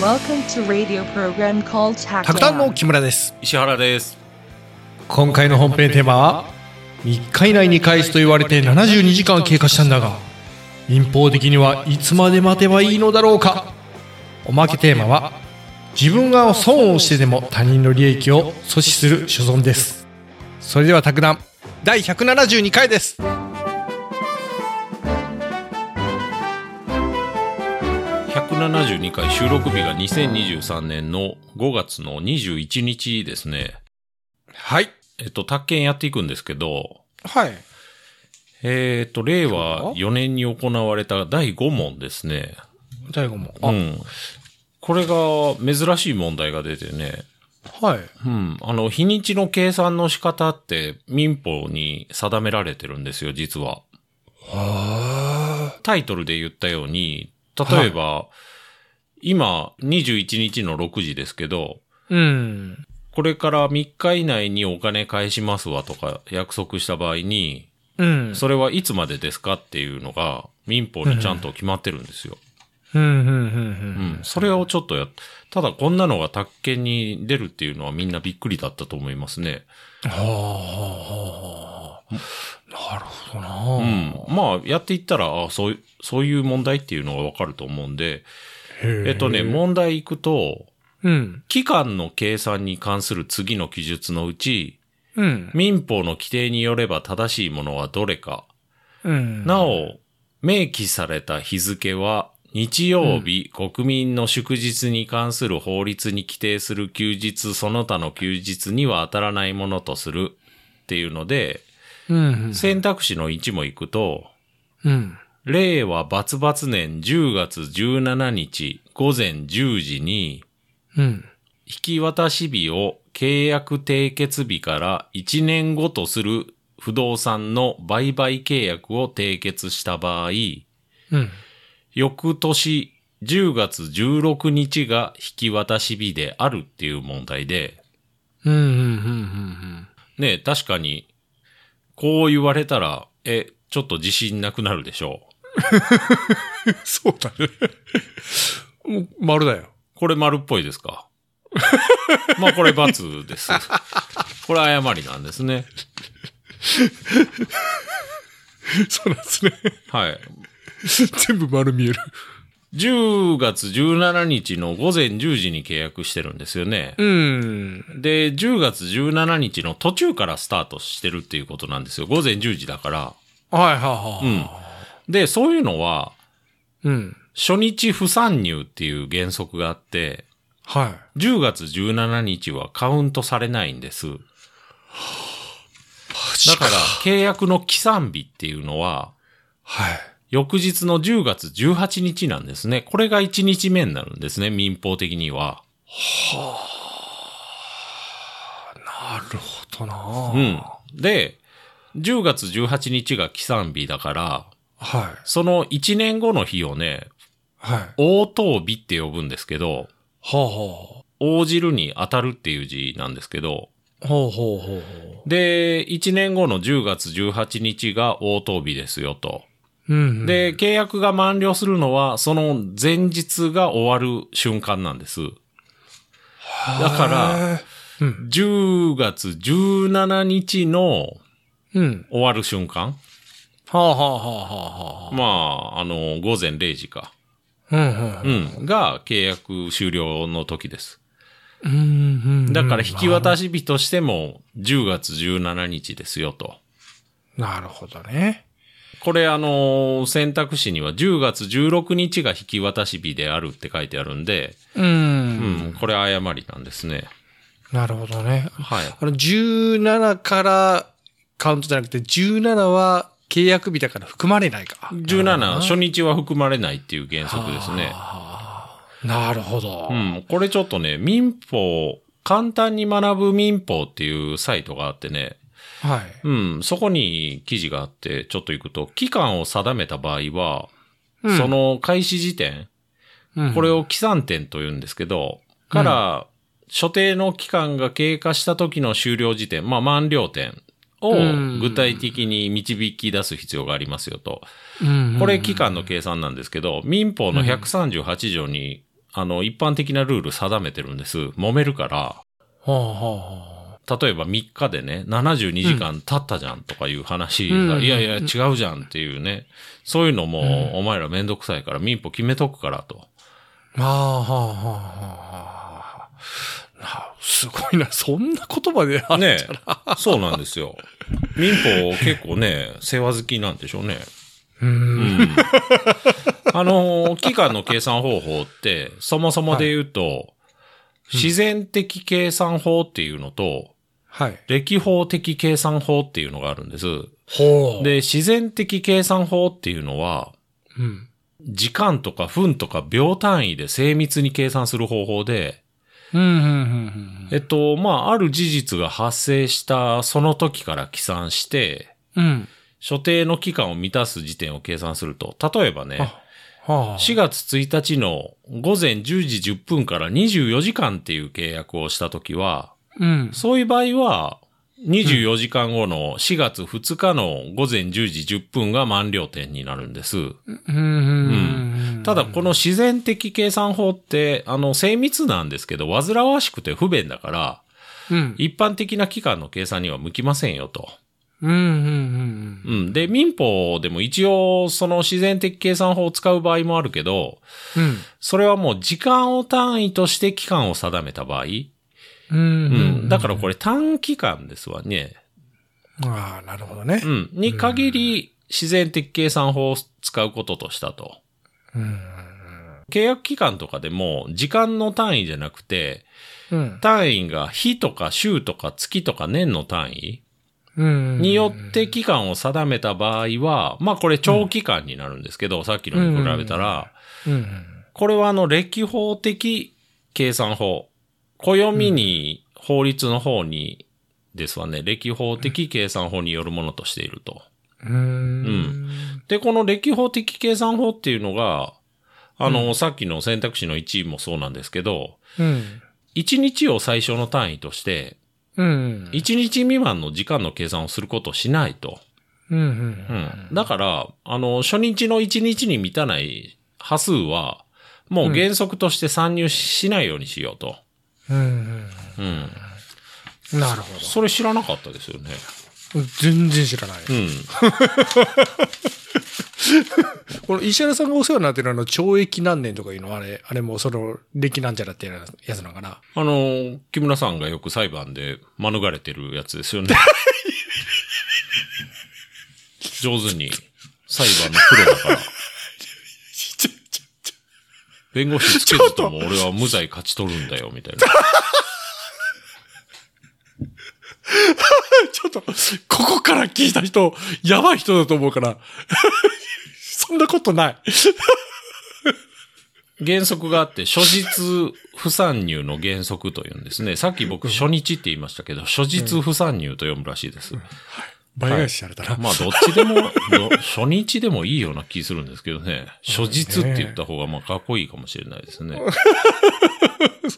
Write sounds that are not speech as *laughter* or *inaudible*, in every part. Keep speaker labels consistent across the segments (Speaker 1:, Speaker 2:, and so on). Speaker 1: Welcome to radio program called
Speaker 2: たくたんの
Speaker 1: Hakutan.
Speaker 2: 木村です
Speaker 3: 石原です。
Speaker 2: 今回の本編テーマは3日以内に返すと言われて72時間経過したんだが民法的にはいつまで待てばいいのだろうかおまけテーマは自分が損をしてでも他人の利益を阻止する所存ですそれでは卓談第172回です
Speaker 3: 172回収録日が2023年の5月の21日ですね。
Speaker 2: はい
Speaker 3: えっと、宅建やっていくんですけど、
Speaker 2: はい
Speaker 3: えっと、令
Speaker 2: そう
Speaker 3: 和4年に行われた第5問ですね。
Speaker 2: 大悟もあ、
Speaker 3: うん。これが珍しい問題が出てね。
Speaker 2: はい
Speaker 3: うん。あの、日にちの計算の仕方って民法に定められてるんですよ、実は。
Speaker 2: は
Speaker 3: タイトルで言ったように、例えば、今21日の6時ですけど、
Speaker 2: うん
Speaker 3: これから3日以内にお金返しますわとか約束した場合に、
Speaker 2: うん
Speaker 3: それはいつまでですかっていうのが民法にちゃんと決まってるんですよ。
Speaker 2: うんうんう
Speaker 3: うんん。それをちょっとやっ、ただこんなのが宅建に出るっていうのはみんなびっくりだったと思いますね。
Speaker 2: はあはあはあなるほどな
Speaker 3: うん。まあ、やっていったら、あそうい、そういう問題っていうのがわかると思うんで、え
Speaker 2: え
Speaker 3: っとね、問題行くと、
Speaker 2: うん。
Speaker 3: 期間の計算に関する次の記述のうち、
Speaker 2: うん。
Speaker 3: 民法の規定によれば正しいものはどれか、
Speaker 2: うん。
Speaker 3: なお、明記された日付は、日曜日、国民の祝日に関する法律に規定する休日、その他の休日には当たらないものとするっていうので、
Speaker 2: うん。
Speaker 3: 選択肢の1も行くと、
Speaker 2: うん。
Speaker 3: 令和バツバツ年10月17日午前10時に、
Speaker 2: うん。
Speaker 3: 引き渡し日を契約締結日から1年後とする不動産の売買契約を締結した場合、
Speaker 2: うん。
Speaker 3: 翌年10月16日が引き渡し日であるっていう問題で、
Speaker 2: うん。うん。
Speaker 3: ねえ確かに、こう言われたら、え、ちょっと自信なくなるでしょう。
Speaker 2: そうだね。もう、丸だよ。
Speaker 3: これ丸っぽいですか *laughs* まあこれ×です。これ誤りなんですね。
Speaker 2: そうなんですね。
Speaker 3: はい。
Speaker 2: 全部丸見える。
Speaker 3: 10月17日の午前10時に契約してるんですよね。
Speaker 2: うん。
Speaker 3: で、10月17日の途中からスタートしてるっていうことなんですよ。午前10時だから。
Speaker 2: はいはいは
Speaker 3: うん
Speaker 2: い。。
Speaker 3: で、そういうのは、
Speaker 2: うん。
Speaker 3: 初日不参入っていう原則があって、
Speaker 2: は
Speaker 3: 10月17日はカウントされないんです。
Speaker 2: い。
Speaker 3: だから、契約の起算日っていうのは、
Speaker 2: はい。
Speaker 3: 翌日の10月18日なんですね。これが1日目になるんですね、民法的には。
Speaker 2: なるほどな
Speaker 3: うん。で、10月18日が起算日だから、
Speaker 2: はい。
Speaker 3: その1年後の日をね、
Speaker 2: はい。
Speaker 3: 応答日って呼ぶんですけど、
Speaker 2: ほ
Speaker 3: 応じるに当たるっていう字なんですけど、
Speaker 2: うほう。ほうほうほうほ
Speaker 3: で、1年後の10月18日が応答日ですよと。
Speaker 2: う。うん。、
Speaker 3: で、契約が満了するのは、その前日が終わる瞬間なんです。だから、
Speaker 2: ら、
Speaker 3: 10月17日の
Speaker 2: うん。
Speaker 3: 終わる瞬間
Speaker 2: はあはあはあは
Speaker 3: まあ、あの、午前0時か。
Speaker 2: あはあ。
Speaker 3: う。ん。が、契約終了の時です。
Speaker 2: うん。
Speaker 3: だから、引き渡し日としても、10月17日ですよと。
Speaker 2: なるほどね。
Speaker 3: これ、あのー選択肢には、10月16日が引き渡し日であるって書いてあるんで、
Speaker 2: うん。
Speaker 3: うん、これ誤りなんですね。
Speaker 2: なるほどね。
Speaker 3: はい。
Speaker 2: あの、17からカウントじゃなくて、17は契約日だから含まれないか。
Speaker 3: 17、初日は含まれないっていう原則ですね。
Speaker 2: あー。なるほど。
Speaker 3: うん、これちょっとね、民法、簡単に学ぶ民法っていうサイトがあってね、
Speaker 2: はい。
Speaker 3: うん、そこに記事があって、ちょっと行くと、期間を定めた場合は、
Speaker 2: うん
Speaker 3: そ、の開始時点、
Speaker 2: うん
Speaker 3: これ、を起算点と言うんですけど、から、所定の期間が経過した時の終了時点、まあ満了点を
Speaker 2: うん
Speaker 3: 具体的に導き出す必要がありますよと。
Speaker 2: うん
Speaker 3: これ期間の計算なんですけど、民法の138条に、あの、一般的なルール定めてるんです。揉めるから、
Speaker 2: はあはあはあ。
Speaker 3: 例えば3日でね、72時間経ったじゃんとかいう話が、
Speaker 2: うん
Speaker 3: いやいや違うじゃんっていうね、そういうのも、お前らめんどくさいから民法決めとくからと。
Speaker 2: ああ、はあ、はあ、はあ。なあすごいな。そんな言葉であ
Speaker 3: ねそうなんですよ。民法結構ね、世話好きなんでしょうね。
Speaker 2: う。
Speaker 3: うんん。 *laughs* あのー、期間の計算方法って、そもそもで言うと、自然的計算法っていうのと、
Speaker 2: はい。
Speaker 3: 歴法的計算法っていうのがあるんです。
Speaker 2: ほう。
Speaker 3: で、自然的計算法っていうのは、
Speaker 2: うん。
Speaker 3: 時間とか分とか秒単位で精密に計算する方法で、
Speaker 2: うん、うん、うん
Speaker 3: えっと、まあ、ある事実が発生したその時から起算して、
Speaker 2: うん。うん。
Speaker 3: 所定の期間を満たす時点を計算すると、例えばね、
Speaker 2: あはあ。
Speaker 3: 4月1日の午前10時10分から24時間っていう契約をしたときは、
Speaker 2: うん。
Speaker 3: そういう場合は、24時間後の4月2日の午前10時10分が満了点になるんです。
Speaker 2: うんうん。
Speaker 3: ただ、この自然的計算法って、あの、精密なんですけど、煩わしくて不便だから、
Speaker 2: うん。
Speaker 3: 一般的な期間の計算には向きませんよと。
Speaker 2: うん、うん、
Speaker 3: うん。で、民法でも一応、その自然的計算法を使う場合もあるけど、
Speaker 2: うん。
Speaker 3: それはもう時間を単位として期間を定めた場合。
Speaker 2: う。
Speaker 3: うんん。だからこれ短期間ですわね。
Speaker 2: ら。ああ、なるほどね
Speaker 3: う。ん。に限り、自然的計算法を使うこととしたと。
Speaker 2: うん。
Speaker 3: 契約期間とかでも、時間の単位じゃなくて、
Speaker 2: うん。
Speaker 3: 単位が日とか週とか月とか年の単位
Speaker 2: うん。
Speaker 3: によって期間を定めた場合は、まあこれ長期間になるんですけど、さっきのに比べたら、
Speaker 2: うん。
Speaker 3: これはあの、歴法的計算法。暦に、法律の方に、ですわね、歴法的計算法によるものとしていると。
Speaker 2: うん。うん。
Speaker 3: で、この歴法的計算法っていうのが、あの、さっきの選択肢の1位もそうなんですけど、
Speaker 2: うん。
Speaker 3: 1日を最小の単位として、
Speaker 2: うん。
Speaker 3: 1日未満の時間の計算をすることをしないと。
Speaker 2: う。
Speaker 3: うんん。だから、あの、初日の1日に満たない波数は、もう原則として参入しないようにしようと。
Speaker 2: うん。
Speaker 3: うん。
Speaker 2: なるほ
Speaker 3: それ知らなかったですよね。
Speaker 2: ど。全然知らない。
Speaker 3: うん。
Speaker 2: この石原さんがお世話になってるあの、懲役何年とかいうのはあれ、 *laughs* あれもその、歴なんちゃらってやつなのかな。
Speaker 3: あの、木村さんがよく裁判で免れてるやつですよ *laughs* ね。上手に裁判のプロだから。弁護士つけずとも俺は無罪勝ち取るんだよ、みたいな。
Speaker 2: *laughs* ちょっと、ここから聞いた人、やばい人だと思うから。 *laughs* そんなことない。
Speaker 3: 原則があって、初日不参入の原則というんですね。さっき僕初日って言いましたけど、初日不参入と読むらしいです。
Speaker 2: 倍返しされたな。
Speaker 3: まあ、どっちでも、ど初日でもいいような気するんですけどね。初日って言った方が、まあ、かっこいいかもしれないですね。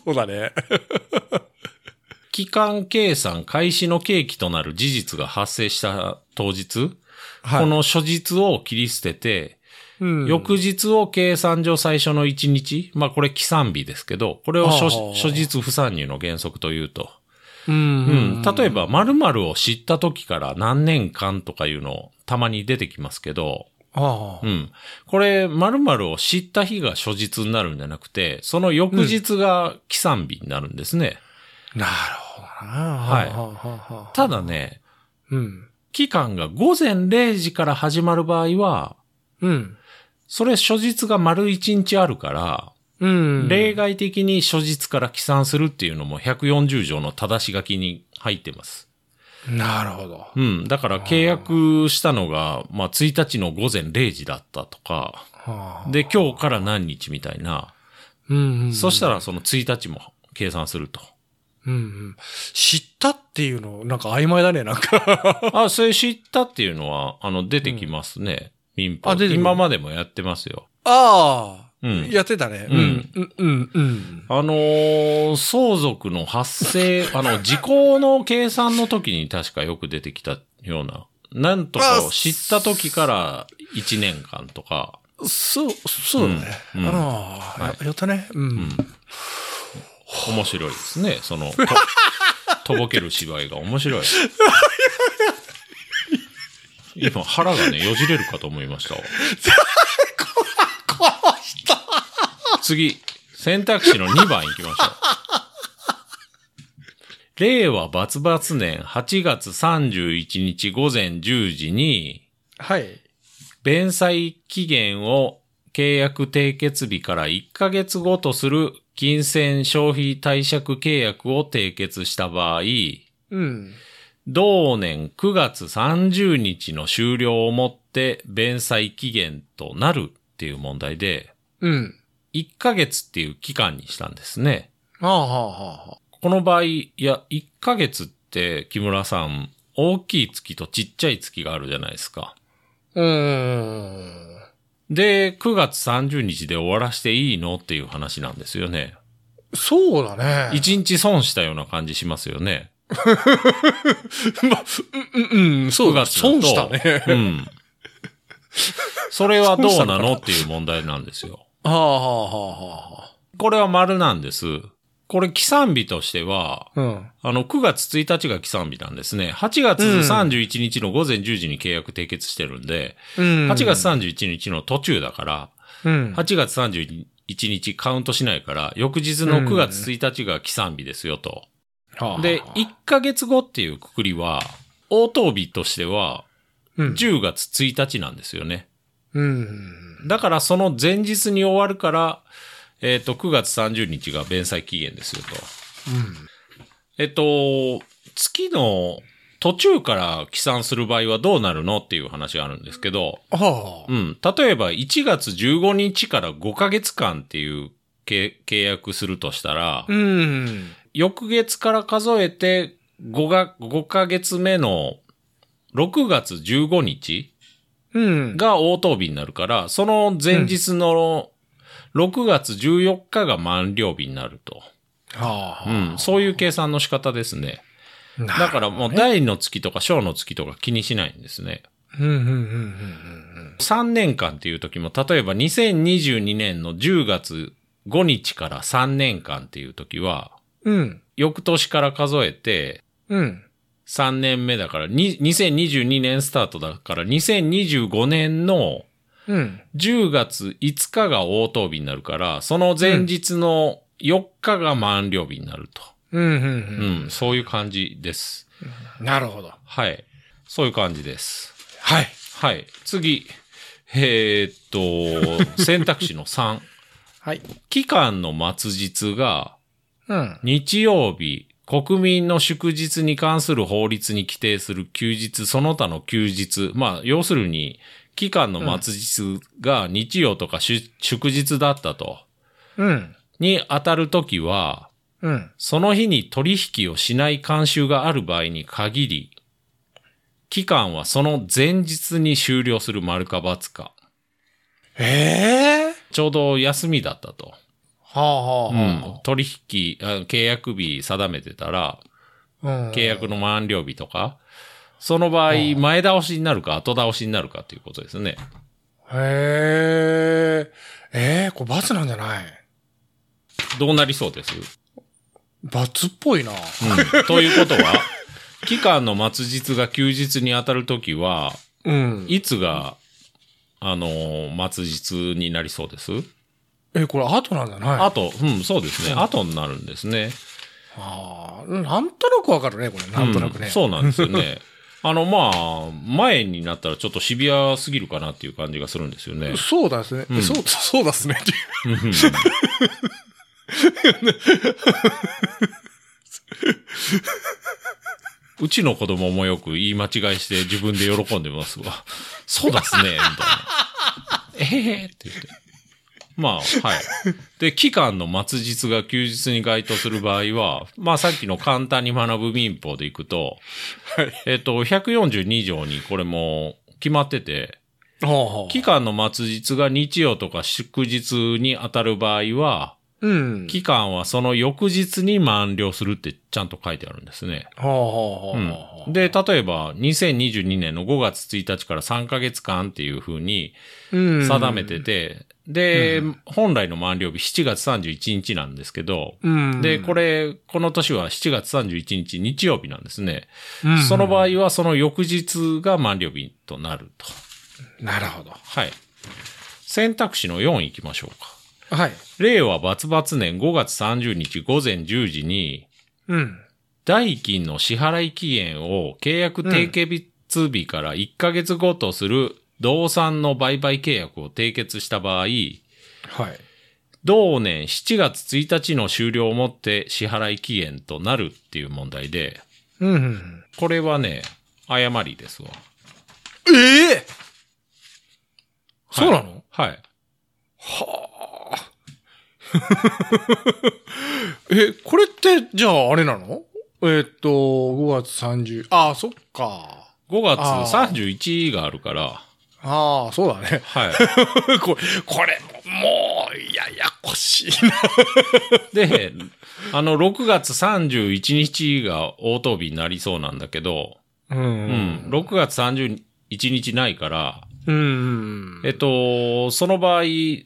Speaker 2: そうだね。
Speaker 3: 期間計算開始の契機となる事実が発生した当日、
Speaker 2: *laughs* はい
Speaker 3: この初日を切り捨てて、
Speaker 2: うん
Speaker 3: 翌日を計算上最初の1日、まあこれ起算日ですけど、これ
Speaker 2: あ
Speaker 3: を
Speaker 2: あ
Speaker 3: 初初日不参入の原則というと。
Speaker 2: う
Speaker 3: うん。
Speaker 2: ん。
Speaker 3: 例えば、〇〇を知った時から何年間とかいうの、たまに出てきますけど、
Speaker 2: ああ
Speaker 3: う。ん。これ、〇〇を知った日が初日になるんじゃなくて、その翌日が起算日になるんですね。
Speaker 2: なるほどな。
Speaker 3: はい
Speaker 2: はあはあはあ
Speaker 3: ただね、
Speaker 2: うん。
Speaker 3: 期間が午前0時から始まる場合は、
Speaker 2: うん。
Speaker 3: それ初日が丸1日あるから、
Speaker 2: うん。
Speaker 3: 例外的に初日から起算するっていうのも140条の正し書きに入ってます。
Speaker 2: なるほど。
Speaker 3: うん。だから契約したのが、まあ1日の午前0時だったとか、
Speaker 2: はあ、
Speaker 3: で、今日から何日みたいな。
Speaker 2: うん、うん。
Speaker 3: そしたらその1日も計算すると。
Speaker 2: うんうん。知ったっていうの、なんか曖昧だね、なんか。
Speaker 3: あ、それ知ったっていうのは、あの、出てきますね。民法。
Speaker 2: あ出てくる
Speaker 3: 今までもやってますよ。
Speaker 2: ああ、
Speaker 3: うん
Speaker 2: やってたね。
Speaker 3: うん。
Speaker 2: うん、うん、うん。
Speaker 3: あのー相続の発生、
Speaker 2: *laughs*
Speaker 3: あの、時効の計算の時に確かよく出てきたような。なんとかを知った時から1年間とか。
Speaker 2: そう、そうだね。
Speaker 3: うんうん
Speaker 2: あのー、やっぱりよったね。うん。
Speaker 3: 面白いですね。その、ととぼける芝居が面白い。今、腹がね、よじれるかと思いましたわ。次、選択肢の2番行きましょう。令和バツバツ年8月31日午前10時に、
Speaker 2: はい。
Speaker 3: 弁済期限を契約締結日から1ヶ月後とする金銭消費貸借契約を締結した場合、
Speaker 2: うん。
Speaker 3: 同年9月30日の終了をもって弁済期限となるっていう問題で、
Speaker 2: うん。
Speaker 3: 1ヶ月っていう期間にしたんですね。
Speaker 2: はあはあはあはあ。
Speaker 3: この場合、いや、1ヶ月って木村さん、大きい月とちっちゃい月があるじゃないですか。
Speaker 2: うーん。
Speaker 3: で、9月30日で終わらしていいのっていう話なんですよね。
Speaker 2: そうだね。
Speaker 3: 一日損したような感じします
Speaker 2: *laughs*
Speaker 3: よね。
Speaker 2: まあ、うん、うん、うん、そう
Speaker 3: 9
Speaker 2: だ。
Speaker 3: 月だと
Speaker 2: 損したね。
Speaker 3: うん。それはどうなのっていう問題なんですよ。
Speaker 2: はあはあは
Speaker 3: これは丸なんです。これ、起算日としては、
Speaker 2: あはあ。うん。
Speaker 3: あの、9月1日が起算日なんですね。8月31日の午前10時に契約締結してるんで、
Speaker 2: うん。
Speaker 3: 8月31日の途中だから、
Speaker 2: うん。
Speaker 3: 8月31日カウントしないから、翌日の9月1日が起算日ですよと。で、1ヶ月後っていうくくりは、応答日としては、
Speaker 2: うん、
Speaker 3: 10月1日なんですよね。
Speaker 2: うん。
Speaker 3: だからその前日に終わるから、えっ、と、9月30日が弁済期限ですよと。えっ、と、月の途中から起算する場合はどうなるのっていう話があるんですけど、
Speaker 2: はあ。
Speaker 3: うん。例えば1月15日から5ヶ月間っていう契契約するとしたら、
Speaker 2: うん。
Speaker 3: 翌月から数えて5が、5ヶ月目の6月15日
Speaker 2: うん。
Speaker 3: が応答日になるから、その前日の6月14日が満了日になると。
Speaker 2: は
Speaker 3: う
Speaker 2: あ。
Speaker 3: ん。そういう計算の仕方ですね。
Speaker 2: だ
Speaker 3: だからもう第の月とか小の月とか気にしないんですね。
Speaker 2: うん、うん、うん、うん。
Speaker 3: 3年間っていう時も、例えば2022年の10月5日から3年間っていう時は、
Speaker 2: うん。
Speaker 3: 翌年から数えて、
Speaker 2: うん。
Speaker 3: 3年目だから、に2022年スタートだから、2025年の
Speaker 2: うん。
Speaker 3: 10月5日が応答日になるから、その前日の4日が満了日になると。
Speaker 2: うん、うん、
Speaker 3: うん、そういう感じです。
Speaker 2: うん。なるほど。
Speaker 3: はい。そういう感じです。
Speaker 2: はい。
Speaker 3: はい。次。えーっと、選択肢の3。
Speaker 2: はい。
Speaker 3: *laughs* 期間の末日が
Speaker 2: うん。
Speaker 3: 日曜日、国民の祝日に関する法律に規定する休日、その他の休日、まあ、要するに、期間の末日が日曜とか祝祝日だったと、
Speaker 2: うん。
Speaker 3: に当たるときは、
Speaker 2: うん。
Speaker 3: その日に取引をしない慣習がある場合に限り、期間はその前日に終了する丸か×か。
Speaker 2: ええ
Speaker 3: ちょうど休みだったと。
Speaker 2: はあ、はあ、
Speaker 3: うん
Speaker 2: は、
Speaker 3: 取引あ、契約日定めてたら、
Speaker 2: あ。うん。
Speaker 3: 契約の満了日とか、その場合、前倒しになるか後倒しになるかということですね。
Speaker 2: へえ。ええこれ罰なんじゃない
Speaker 3: どうなりそうです。
Speaker 2: 罰っぽいな。
Speaker 3: うん、 *laughs* ということは、期間の末日が休日に当たるときは、
Speaker 2: うん。
Speaker 3: いつが、あのー末日になりそうです
Speaker 2: え、これ後なんじゃない
Speaker 3: あと、うん、そうですね。後になるんですね。
Speaker 2: ああ、なんとなくわかるね、これ。なんとなくね。
Speaker 3: うんそうなんですよね。 *laughs* あの、まあ、前になったらちょっとシビアすぎるかなっていう感じがするんですよね。
Speaker 2: そうだっすね。
Speaker 3: うん
Speaker 2: そう、そうだっすね。
Speaker 3: うんうちの子供もよく言い間違いして自分で喜んでますわ。
Speaker 2: *laughs*
Speaker 3: そうだっすね、みたいな。ええって言って。まあ、はい。で、期間の末日が休日に該当する場合は、まあさっきの簡単に学ぶ民法でいくと、
Speaker 2: はい
Speaker 3: えっと、142条にこれも決まってて、
Speaker 2: はあはあ
Speaker 3: 期間の末日が日曜とか祝日に当たる場合は、
Speaker 2: うん。
Speaker 3: 期間はその翌日に満了するってちゃんと書いてあるんですね。
Speaker 2: はあはあはあはあ。
Speaker 3: で、例えば、2022年の5月1日から3ヶ月間っていう風に
Speaker 2: うん
Speaker 3: 定めて。て、で、本来の満了日7月31日なんですけど、
Speaker 2: うん。
Speaker 3: で、これ、この年は7月31日日曜日なんですね。
Speaker 2: うん
Speaker 3: その場合はその翌日が満了日となると。
Speaker 2: なるほど。
Speaker 3: はい。選択肢の4行きましょうか。
Speaker 2: はい。
Speaker 3: 令和バツバツ年5月30日午前10時に、
Speaker 2: うん。
Speaker 3: 代金の支払い期限を契約締結日から1ヶ月後とする同産の売買契約を締結した場合、
Speaker 2: はい。
Speaker 3: 同年7月1日の終了をもって支払い期限となるっていう問題で、
Speaker 2: うん。
Speaker 3: これはね、誤りですわ。
Speaker 2: ええそうなの
Speaker 3: はい。
Speaker 2: え、これって、じゃああれなのえーっと、5月30、ああ、そっか。
Speaker 3: 5月
Speaker 2: あー
Speaker 3: 31があるから、
Speaker 2: ああ、そうだね。 *laughs*
Speaker 3: はい。 *laughs*
Speaker 2: これ、これ、もう、ややこしいな。
Speaker 3: で、あの、6月31日が応答日になりそうなんだけど、
Speaker 2: う
Speaker 3: うん、。6月31日ないから、
Speaker 2: うん。
Speaker 3: えっと、その場合、6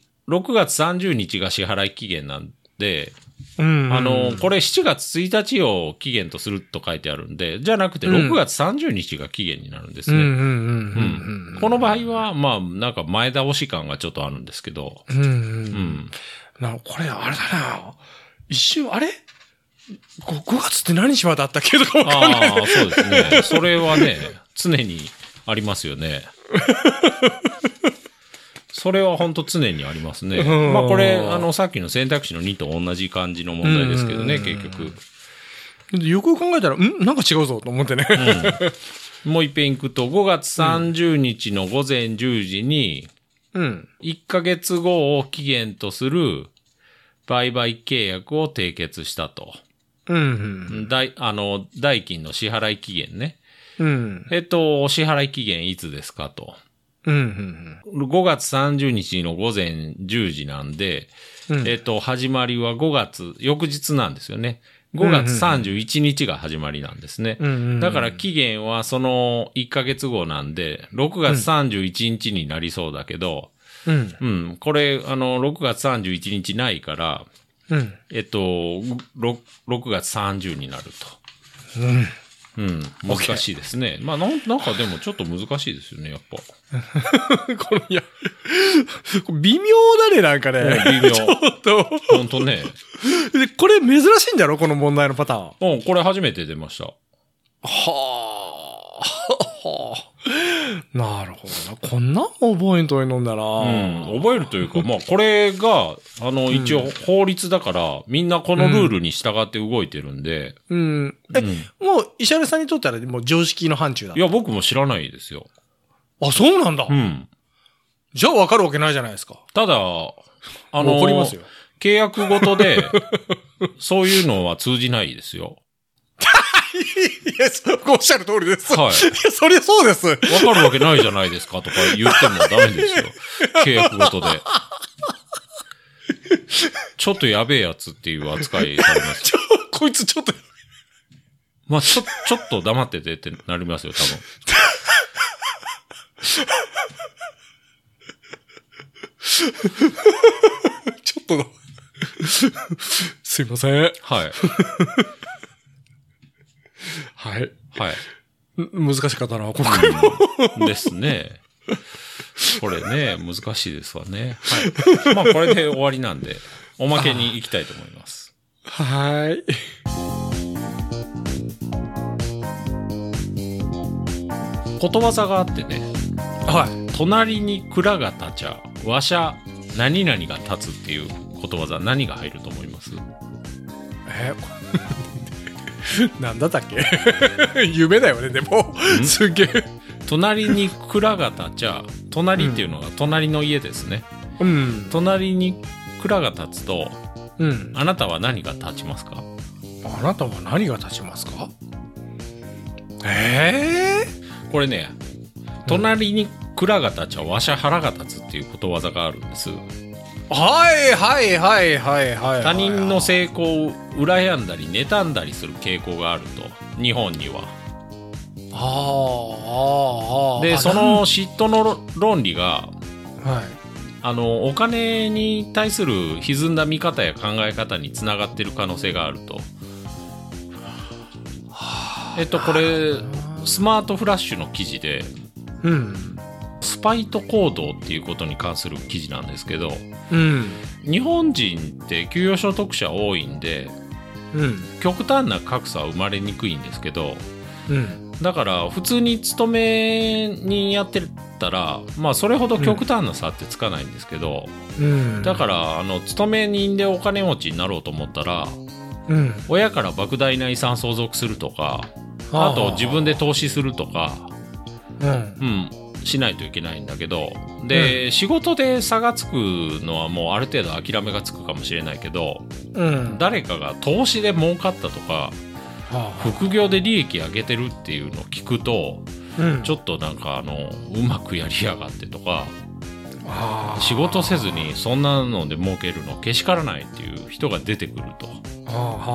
Speaker 3: 月30日が支払い期限なんで、
Speaker 2: うん
Speaker 3: あの、これ7月1日を期限とすると書いてあるんで、じゃなくて
Speaker 2: うん
Speaker 3: 6月30日が期限になるんです
Speaker 2: うんうん
Speaker 3: ね。
Speaker 2: うん
Speaker 3: う
Speaker 2: うん
Speaker 3: ん。この場合は、まあ、なんか前倒し感がちょっとあるんですけど、
Speaker 2: うんう。
Speaker 3: うん
Speaker 2: *laughs*
Speaker 3: ん。
Speaker 2: な、これ、あれだな。一瞬、あれ 5, 月って何しまだったっけとかわかんない。
Speaker 3: ああ、そうですね。それはね、常にあります
Speaker 2: *laughs*
Speaker 3: よね。それは本当常にありますね。
Speaker 2: うん
Speaker 3: まあこれ、あの、さっきの選択肢の2と同じ感じの問題ですけどね、
Speaker 2: うん
Speaker 3: 結局。
Speaker 2: よく考えたら、んなんか違うぞと思ってね。
Speaker 3: もう一遍行くと、5月30日の午前10時に、
Speaker 2: うん。
Speaker 3: 1ヶ月後を期限とする売買契約を締結したと。
Speaker 2: うん。
Speaker 3: 代あの、代金の支払い期限ね。
Speaker 2: うん。
Speaker 3: えっと、お支払い期限いつですかと。
Speaker 2: うん。
Speaker 3: 5月30日の午前10時なんで、
Speaker 2: うん
Speaker 3: えっと、始まりは5月、翌日なんですよね。5月31日が始まりなんですね。
Speaker 2: うん
Speaker 3: だから期限はその1ヶ月後なんで、6月31日になりそうだけど、
Speaker 2: うん。
Speaker 3: うん、これ、あの、6月31日ないから、
Speaker 2: うん。
Speaker 3: えっと、6, 6月30になると。うん。難しいですね。まあなん、なんかでもちょっと難しいですよね、やっぱ。
Speaker 2: この、いや、これ微妙だね、なんかね。
Speaker 3: 微妙。
Speaker 2: と
Speaker 3: ほんとね。
Speaker 2: で、これ珍しいんだろこの問題のパターン。は
Speaker 3: うん、これ初めて出ました。
Speaker 2: あ。はあ。なるほどな。こんなん覚えんといのんだな。
Speaker 3: うん、覚えるというか、まあ、これが、あの、一応法律だから、みんなこのルールに従って動いてるんで、
Speaker 2: うん。
Speaker 3: う
Speaker 2: え、
Speaker 3: ん
Speaker 2: もう、石原さんにとったら、もう常識の範疇だ
Speaker 3: い。や、僕も知らないですよ。
Speaker 2: あ、そうなんだ。
Speaker 3: うん。
Speaker 2: じゃあ分かるわけないじゃないですか。
Speaker 3: ただ、あの、
Speaker 2: 怒りますよ。
Speaker 3: 契約ごとで、 *laughs* そういうのは通じないですよ。
Speaker 2: いや、そうおっしゃる通りです。
Speaker 3: はい
Speaker 2: いや、そりゃそうです。
Speaker 3: わかるわけないじゃないですかとか言ってもダメですよ。契約ごと
Speaker 2: *laughs*
Speaker 3: で。ちょっとやべえやつっていう扱いされます。
Speaker 2: ちょ、こいつちょっと、
Speaker 3: まあ、ちょ、ちょっと黙っててってなりますよ、多分。
Speaker 2: ちょっとのすいません。
Speaker 3: はい。
Speaker 2: はい。
Speaker 3: はい。
Speaker 2: ん難しかったな、今回。
Speaker 3: ですね。これね、難しいですわね。はい。まあ、これで終わりなんで、おまけに行きたいと思います。
Speaker 2: はい。
Speaker 3: ことわざがあってね、
Speaker 2: はい。
Speaker 3: 隣に蔵が立ちゃ、わしゃ、何々が立つっていうことわざ、何が入ると思います
Speaker 2: え、こなんだったっけ夢だよね、でも。
Speaker 3: ん
Speaker 2: すげえ。
Speaker 3: 隣に蔵が立ちゃ、隣っていうのが隣の家ですね。
Speaker 2: うん。
Speaker 3: 隣に蔵が立つと、
Speaker 2: うん。
Speaker 3: あなたは何が立ちますか
Speaker 2: あなたは何が立ちますかええ
Speaker 3: これね、隣に蔵が立ちゃ、わしゃ腹が立つっていうことわざがあるんです。
Speaker 2: ー、はいはいはいはいはいはい
Speaker 3: 他人の成功を羨んだり妬んだりする傾向があると日本には
Speaker 2: ああああ
Speaker 3: で
Speaker 2: あ
Speaker 3: その嫉妬の論理が
Speaker 2: なんはい
Speaker 3: あのお金に対する歪んだ見方や考え方につながってる可能性があるとえっとこれスマートフラッシュの記事で
Speaker 2: うん
Speaker 3: スパイト行動っていうことに関する記事なんですけど
Speaker 2: うん
Speaker 3: 日本人って給与所得者多いんで
Speaker 2: うん
Speaker 3: 極端な格差は生まれにくいんですけど
Speaker 2: うん
Speaker 3: だから普通に勤めにやってたらまあそれほど極端な差ってつかないんですけど、
Speaker 2: うん
Speaker 3: だからあの勤め人でお金持ちになろうと思ったら
Speaker 2: うん
Speaker 3: 親から莫大な遺産相続するとか
Speaker 2: は
Speaker 3: あと自分で投資するとか、
Speaker 2: うん
Speaker 3: うん、しないといけないんだけどで、仕事で差がつくのはもうある程度諦めがつくかもしれないけど
Speaker 2: うん
Speaker 3: 誰かが投資で儲かったとか
Speaker 2: は
Speaker 3: 副業で利益上げてるっていうのを聞くと
Speaker 2: あうん
Speaker 3: ちょっとなんかあのうまくやりやがってとか
Speaker 2: ああ
Speaker 3: 仕事せずにそんなので儲けるのけしからないっていう人が出てくると。
Speaker 2: はあはあはあ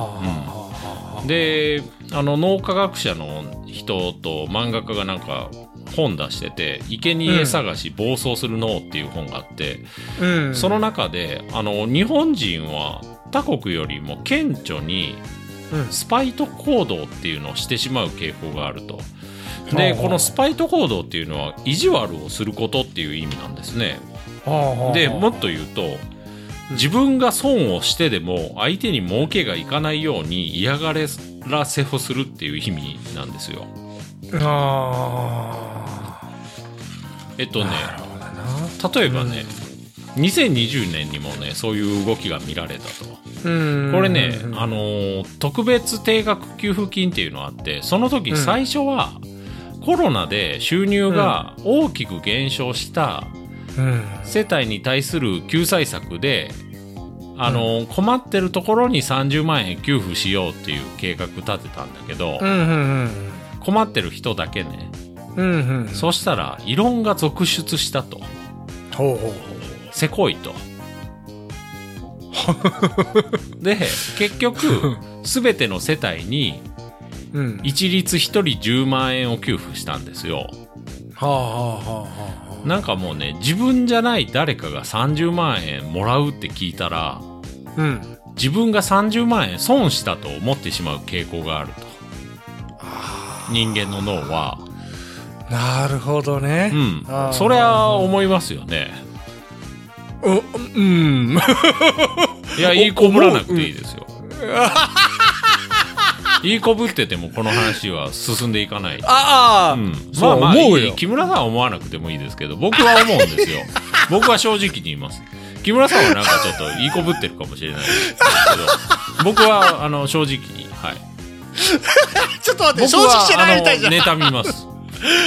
Speaker 2: はあ
Speaker 3: であの脳科学者の人と漫画家がなんか本出してて「生贄探し暴走する脳」っていう本があって、
Speaker 2: うん
Speaker 3: その中であの日本人は他国よりも顕著に
Speaker 2: うん
Speaker 3: スパイと行動っていうのをしてしまう傾向があると。
Speaker 2: はあ
Speaker 3: で
Speaker 2: はあ
Speaker 3: このスパイと行動っていうのは意地悪をすることっていう意味なんですね。
Speaker 2: はあはあ
Speaker 3: でもっと言うと自分が損をしてでも相手に儲けがいかないように嫌がらせをするっていう意味なんですよ。
Speaker 2: あ
Speaker 3: えっと
Speaker 2: あ
Speaker 3: ね
Speaker 2: なるほどな
Speaker 3: 例えばね、2020年にもねそういう動きが見られたと。
Speaker 2: うん
Speaker 3: これね、あのー特別定額給付金っていうのがあってその時
Speaker 2: うん
Speaker 3: 最初は、コロナで収入が大きく減少した
Speaker 2: うん
Speaker 3: 世帯に対する救済策で、あの困ってるところに30万円給付しようっていう計画立てたんだけど、
Speaker 2: うんうん
Speaker 3: 困ってる人だけね、
Speaker 2: うんうんうん
Speaker 3: そしたら異論が続出したと
Speaker 2: ほうほう
Speaker 3: せこい
Speaker 2: *laughs*
Speaker 3: と。で結局
Speaker 2: *laughs*
Speaker 3: 全ての世帯に
Speaker 2: ほううん
Speaker 3: 一律1人10万円を給付したんですよ。
Speaker 2: はあはあはあは
Speaker 3: なんかもうね自分じゃない誰かが30万円もらうって聞いた
Speaker 2: あ
Speaker 3: ら
Speaker 2: うん
Speaker 3: 自分が30万円損したと思ってしまう傾向があると人間の脳は
Speaker 2: なるほど
Speaker 3: う
Speaker 2: ね
Speaker 3: ん
Speaker 2: あー
Speaker 3: そりゃ思いますよね
Speaker 2: おうん
Speaker 3: いや
Speaker 2: お
Speaker 3: いいこぶらなくていいですよいいこぶっててもこの話は進んでいかない、
Speaker 2: ああ
Speaker 3: うん、ま
Speaker 2: そ
Speaker 3: あ
Speaker 2: う
Speaker 3: まあ
Speaker 2: 思う
Speaker 3: いい
Speaker 2: よ
Speaker 3: 木村さんは思わなくてもいいですけど僕は思うん
Speaker 2: *laughs*
Speaker 3: ですよ僕は正直に言います木村さんはなんかちょっといいこぶってるかもしれないですけど僕はあの正直にはい
Speaker 2: ちょっと待って
Speaker 3: 僕
Speaker 2: 正直
Speaker 3: は
Speaker 2: じゃないみたいじゃん
Speaker 3: あの妬みます。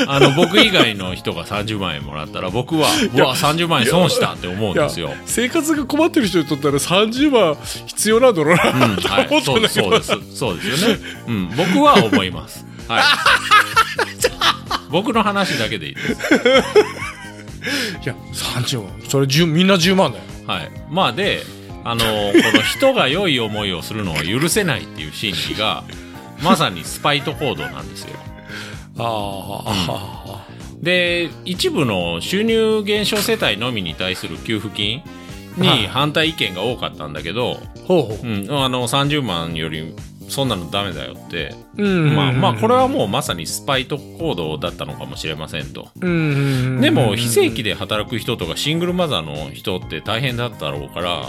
Speaker 3: あの、僕以外の人が30万円もらったら、僕は、うわ、30万円損したって思うんですよ。
Speaker 2: 生活が困ってる人にとったら30万必要なんだろう
Speaker 3: うん、
Speaker 2: な、
Speaker 3: は
Speaker 2: 思
Speaker 3: い。
Speaker 2: った
Speaker 3: そ
Speaker 2: ん
Speaker 3: うで
Speaker 2: だ
Speaker 3: す、
Speaker 2: け
Speaker 3: そ
Speaker 2: ど
Speaker 3: うです。そうですよね。うん、僕は思います。
Speaker 2: *laughs*
Speaker 3: はい。僕の話だけでいいです。
Speaker 2: いや30万それ10みんな10万だよ
Speaker 3: はい。まあ、で、あの、この人が良い思いをするのは許せないっていう心理が、まさにスパイト行動なんですよ。
Speaker 2: あ
Speaker 3: で一部の収入減少世帯のみに対する給付金
Speaker 2: はい
Speaker 3: に反対意見が多かったんだけど、
Speaker 2: あほうほ
Speaker 3: うん、あの30万よりそんなのダメだよって、
Speaker 2: う、うん
Speaker 3: まあまあこれはもうまさにスパイと行動だったのかもしれませんと。
Speaker 2: うん
Speaker 3: でも非正規で働く人とかシングルマザーの人って大変だったろうから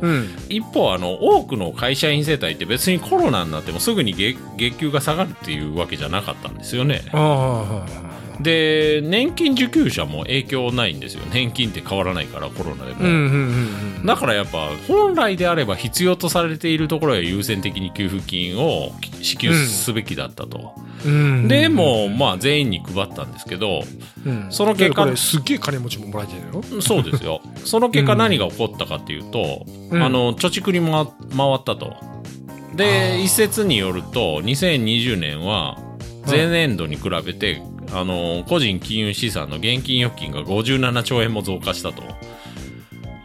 Speaker 2: うん
Speaker 3: 一方あの多くの会社員世帯って別にコロナになってもすぐに月月給が下がるっていうわけじゃなかったんですよね。
Speaker 2: ああ
Speaker 3: で年金受給者も影響ないんですよ年金って変わらないからコロナでも、
Speaker 2: うんうんうん
Speaker 3: だからやっぱ本来であれば必要とされているところへ優先的に給付金を支給すべきだったと、
Speaker 2: うん
Speaker 3: でもうまあ全員に配ったんですけど
Speaker 2: うん
Speaker 3: その結果
Speaker 2: だからこれすっげえ金持ちももらえてるよ
Speaker 3: そうですよその結果何が起こったかっていうと、
Speaker 2: うん
Speaker 3: あの貯蓄に回回ったと
Speaker 2: あー
Speaker 3: で一説によると2020年は前年度に比べて、あの個人金融資産の現金預金が57兆円も増加したと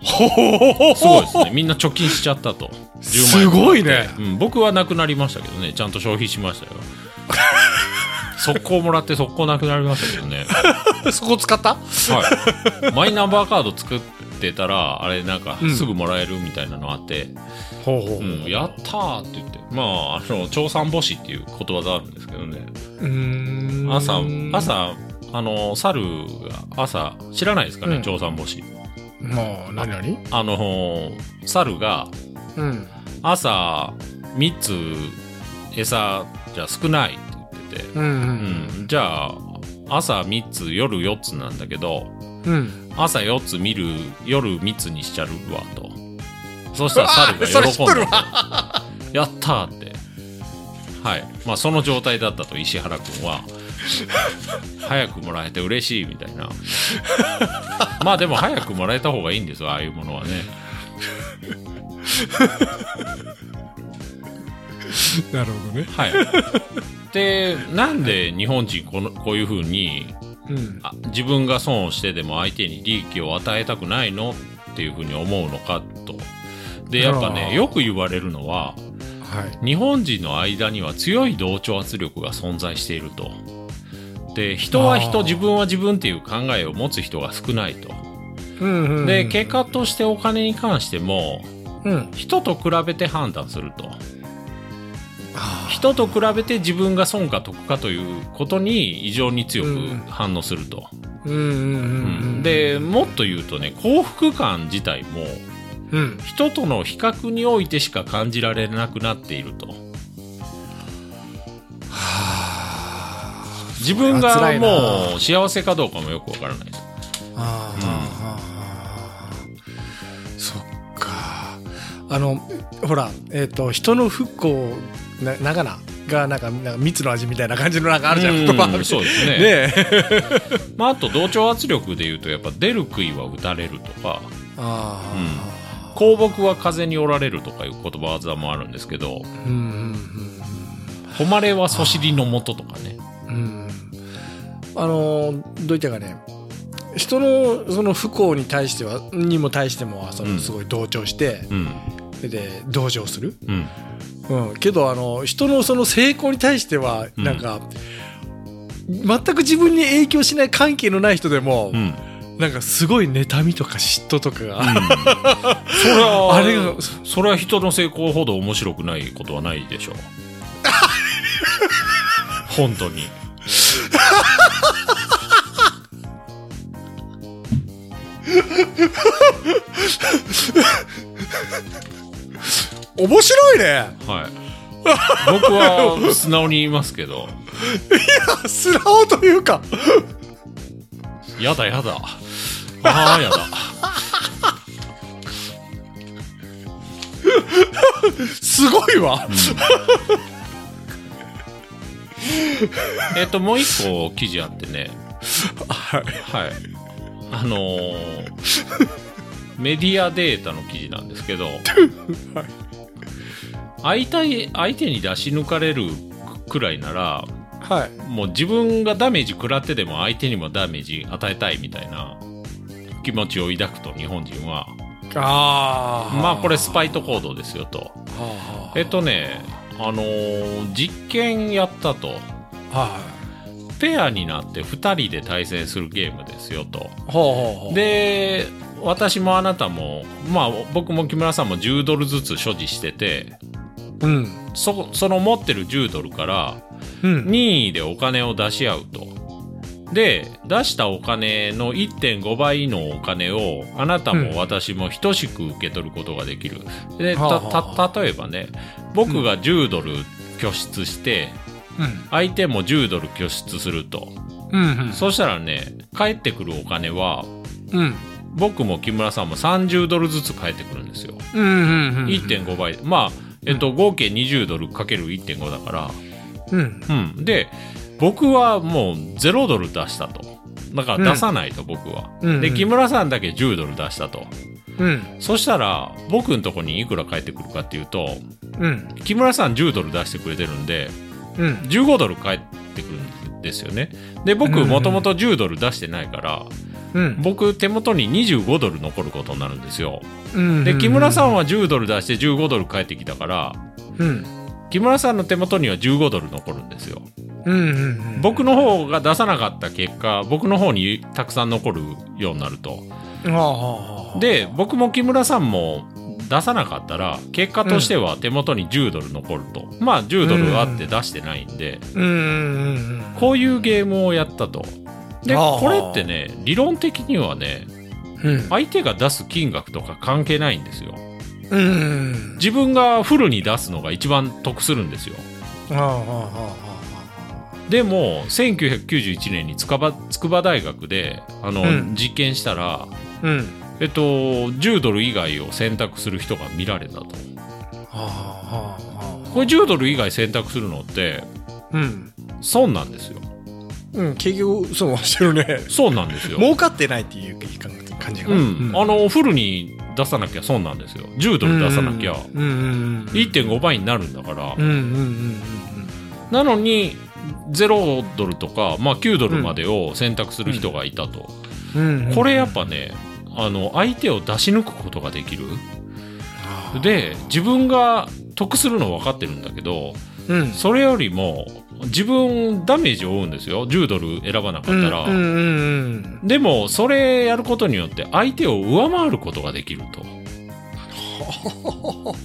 Speaker 3: すごいですね。みんな貯金しちゃったと。10万
Speaker 2: す
Speaker 3: 円
Speaker 2: ごいね。
Speaker 3: うん、僕はなくなりましたけどね。ちゃんと消費しました
Speaker 2: *laughs*
Speaker 3: よ。速攻もらって速攻なくなりましたけどね。
Speaker 2: そこ使った
Speaker 3: はい。マイナンバーカード作ってたら、あれなんか
Speaker 2: うん
Speaker 3: すぐもらえるみたいなのあって、
Speaker 2: ほうほう
Speaker 3: うん、やったーって言って。まあ、あの、調査母子っていうことわざあるんですけどね。
Speaker 2: うん
Speaker 3: 朝、朝、あの、猿が朝、知らないですか
Speaker 2: う
Speaker 3: ね、
Speaker 2: ん
Speaker 3: 調査母子。
Speaker 2: もう何何
Speaker 3: あの、猿が
Speaker 2: うん
Speaker 3: 朝3つ餌じゃ少ないって言ってて、
Speaker 2: うんう
Speaker 3: うん、じゃあ朝3つ夜4つなんだけど
Speaker 2: うん
Speaker 3: 朝4つ見る夜3つにしちゃるわとそしたら猿
Speaker 2: うわーそれ
Speaker 3: が
Speaker 2: 知
Speaker 3: 喜
Speaker 2: っ
Speaker 3: ん
Speaker 2: と
Speaker 3: だ
Speaker 2: る
Speaker 3: とやったーってはいまあその状態だったと石原君
Speaker 2: *laughs*
Speaker 3: は早くもらえて嬉しいみたいなまあでも早くもらえた方がいいんですよああいうものはね
Speaker 2: なるほどね
Speaker 3: はい。で、なんで日本人このこういうふうに
Speaker 2: うん
Speaker 3: あ自分が損をしてでも相手に利益を与えたくないのっていうふうに思うのかと。で、やっぱ
Speaker 2: あ
Speaker 3: ね、
Speaker 2: ー
Speaker 3: よく言われるのは、
Speaker 2: はい
Speaker 3: 日本人の間には強い同調圧力が存在していると。で、人は
Speaker 2: あ
Speaker 3: 人、
Speaker 2: ー
Speaker 3: 自分は自分っていう考えを持つ人が少ないと。
Speaker 2: うんうん
Speaker 3: で、結果としてお金に関しても、
Speaker 2: うん
Speaker 3: 人と比べて判断すると。
Speaker 2: あ
Speaker 3: 人と比べて自分が損か得かということに異常に強く反応すると、
Speaker 2: ーうんうんう
Speaker 3: うん
Speaker 2: ん
Speaker 3: でもっと言うとね幸福感自体も
Speaker 2: うん
Speaker 3: 人との比較においてしか感じられなくなっていると自分
Speaker 2: それは辛
Speaker 3: が
Speaker 2: いな
Speaker 3: もう幸せかどうかもよくわからないです
Speaker 2: あーあーそっかあのほらえっ、と人の不幸な長菜がなんかなんか蜜の味みたいな感じのなんかあるじゃん
Speaker 3: う
Speaker 2: 言葉あ
Speaker 3: ん
Speaker 2: る
Speaker 3: そうですね
Speaker 2: ねえ
Speaker 3: まあ、あと同調圧力で言うとやっぱ出る杭は打たれるとか
Speaker 2: あ
Speaker 3: 香木は風に折られるとかいう言葉技もあるんですけど
Speaker 2: あうんうん
Speaker 3: 誉れはそしりのもととかね
Speaker 2: うんうんあのどういったかね人のその不幸に対してはにも対してもそうの
Speaker 3: ん
Speaker 2: すごい同調して、
Speaker 3: うん
Speaker 2: で同情する
Speaker 3: うん
Speaker 2: うん、けどあの人のその成功に対しては
Speaker 3: うん
Speaker 2: なんか、全く自分に影響しない関係のない人でも、
Speaker 3: うん
Speaker 2: なんかすごい妬みとか嫉妬とかが、
Speaker 3: それは
Speaker 2: *laughs* あれがそ
Speaker 3: それは人の成功ほど面白くないことはない *laughs* でしょう本当に
Speaker 2: 面白いね *laughs*
Speaker 3: *laughs* はい僕は素直に言いますけど
Speaker 2: 素直というか
Speaker 3: やだやだああや *laughs* だ
Speaker 2: すごいわ、
Speaker 3: えっともう一個記事あってねはいあのーメディアデータの記事なんです *laughs* けど、相対相手に出し抜かれるくらいなら
Speaker 2: はい
Speaker 3: もう自分がダメージ食らってでも相手にもダメージ与えたいみたいな気持ちを抱くと日本人は
Speaker 2: あ
Speaker 3: まあこれス
Speaker 2: イ
Speaker 3: パイト行動ですよとえっとねあのー実験やったと
Speaker 2: は
Speaker 3: ペアになって2人で対戦するゲームですよと
Speaker 2: いほうほうほう
Speaker 3: で私もあなたもまあ僕も木村さんも10ドルずつ所持してて
Speaker 2: うん
Speaker 3: そその持ってる10ドルから
Speaker 2: うん
Speaker 3: 任意でお金を出し合うと。で、出したお金の1.5倍のお金をあなた
Speaker 2: うん
Speaker 3: も私も等しく受け取ることができる。で、
Speaker 2: はあ
Speaker 3: た、
Speaker 2: はあ
Speaker 3: た、例えばね、僕が10ドル拠出して、
Speaker 2: うん
Speaker 3: 相手も10ドル拠出すると。
Speaker 2: うん
Speaker 3: そしたらね、返ってくるお金は、
Speaker 2: うんうん
Speaker 3: 僕も木村さんも30ドルずつ返ってくるんですよ。
Speaker 2: うんうん
Speaker 3: 1.5倍。まあ、えっと、合計20ドルかける1.5だから、
Speaker 2: うん
Speaker 3: うん、で僕はもう0ドル出したとだから出さないと、僕は、
Speaker 2: うんう
Speaker 3: で
Speaker 2: ん
Speaker 3: 木村さんだけ10ドル出したと
Speaker 2: うん
Speaker 3: そしたら僕のとこにいくら返ってくるかっていうと
Speaker 2: うん
Speaker 3: 木村さん10ドル出してくれてるんで
Speaker 2: うん
Speaker 3: 15ドル返ってくるんですよねで僕
Speaker 2: うん
Speaker 3: もともと10ドル出してないから、
Speaker 2: うん。
Speaker 3: 僕手元に25ドル残ることになるんですよ
Speaker 2: うん
Speaker 3: で木村さんは10ドル出して15ドル返ってきたから
Speaker 2: うん。
Speaker 3: 木村さんの手元には15ドル残るんですよ
Speaker 2: うんうんうん。
Speaker 3: 僕の方が出さなかった結果僕の方にたくさん残るようになると
Speaker 2: ああああ、
Speaker 3: で僕も木村さんも出さなかったら結果としては手元に10ドル残ると、まあ10ドルあって出してないんで、
Speaker 2: うんうんうんうん。
Speaker 3: こういうゲームをやったとで
Speaker 2: あー
Speaker 3: これってね理論的にはね
Speaker 2: うん。
Speaker 3: 相手が出す金額とか関係ないんですよ
Speaker 2: うんうんうん。
Speaker 3: 自分がフルに出すのが一番得するんですよ
Speaker 2: ああああああ
Speaker 3: でも1991年に筑波筑波大学であの、
Speaker 2: うん
Speaker 3: 実験したら
Speaker 2: あ。うん。
Speaker 3: えっと10ドル以外を選択する人が見られたと
Speaker 2: ああああ
Speaker 3: これ10ドル以外選択するのって
Speaker 2: あ。うん。
Speaker 3: 損なんですよ
Speaker 2: うん。結局、そうしてるね。
Speaker 3: 損なんですよ
Speaker 2: 儲かってないっていう感じが。
Speaker 3: うん、あのフルに出さなきゃ損なんですよ10ドル出さなきゃ
Speaker 2: うんうんうん。
Speaker 3: 1.5倍になるんだから、
Speaker 2: うんうんうんうん
Speaker 3: なのに0ドルとか、まあ、9ドルまでを選択する人がいたと、
Speaker 2: うんうん。
Speaker 3: これやっぱねあの相手を出し抜くことができる
Speaker 2: ああ、
Speaker 3: で自分が得するの分かってるんだけど
Speaker 2: うん。
Speaker 3: それよりも自分ダメージを負うんですよ10ドル選ばなかったら、
Speaker 2: うんうんうん。
Speaker 3: でもそれやることによって相手を上回ることができる
Speaker 2: *laughs*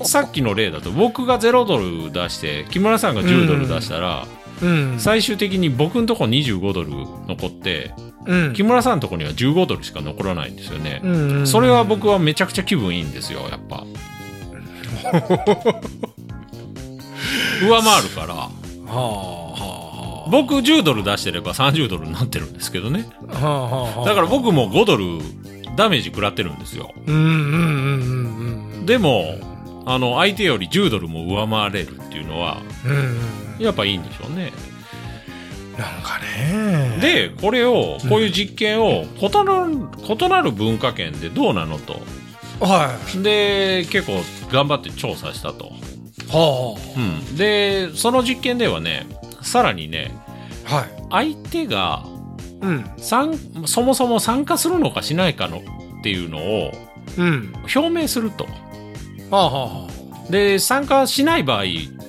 Speaker 3: とさっきの例だと僕が0ドル出して木村さんが10ドル出したら、
Speaker 2: うん。
Speaker 3: 最終的に僕のとこ25ドル残って
Speaker 2: うん
Speaker 3: 木村さんのとこには15ドルしか残らないんですよね、
Speaker 2: うんうん
Speaker 3: それは僕はめちゃくちゃ気分いいんですよやっ
Speaker 2: *laughs*
Speaker 3: ぱ上回るから
Speaker 2: はあは
Speaker 3: 僕10ドル出してれば30ドルになってるんですけどね
Speaker 2: あはあはあはあ
Speaker 3: だから僕も5ドルダメージ食らってるんですよ
Speaker 2: うんうんうんうんうん
Speaker 3: でもあの相手より10ドルも上回れるっていうのは
Speaker 2: うんうん
Speaker 3: やっぱいいんでしょうね
Speaker 2: なのかね
Speaker 3: でこれをこういう実験を異なる異なる文化圏でどうなのと
Speaker 2: は
Speaker 3: で結構頑張って調査したと、
Speaker 2: いは
Speaker 3: うん、でその実験ではねさらにね
Speaker 2: あはい
Speaker 3: 相手が
Speaker 2: うん
Speaker 3: 参そもそも参加するのかしないかのっていうのを
Speaker 2: うん
Speaker 3: 表明すると
Speaker 2: はあは
Speaker 3: で参加しない場合、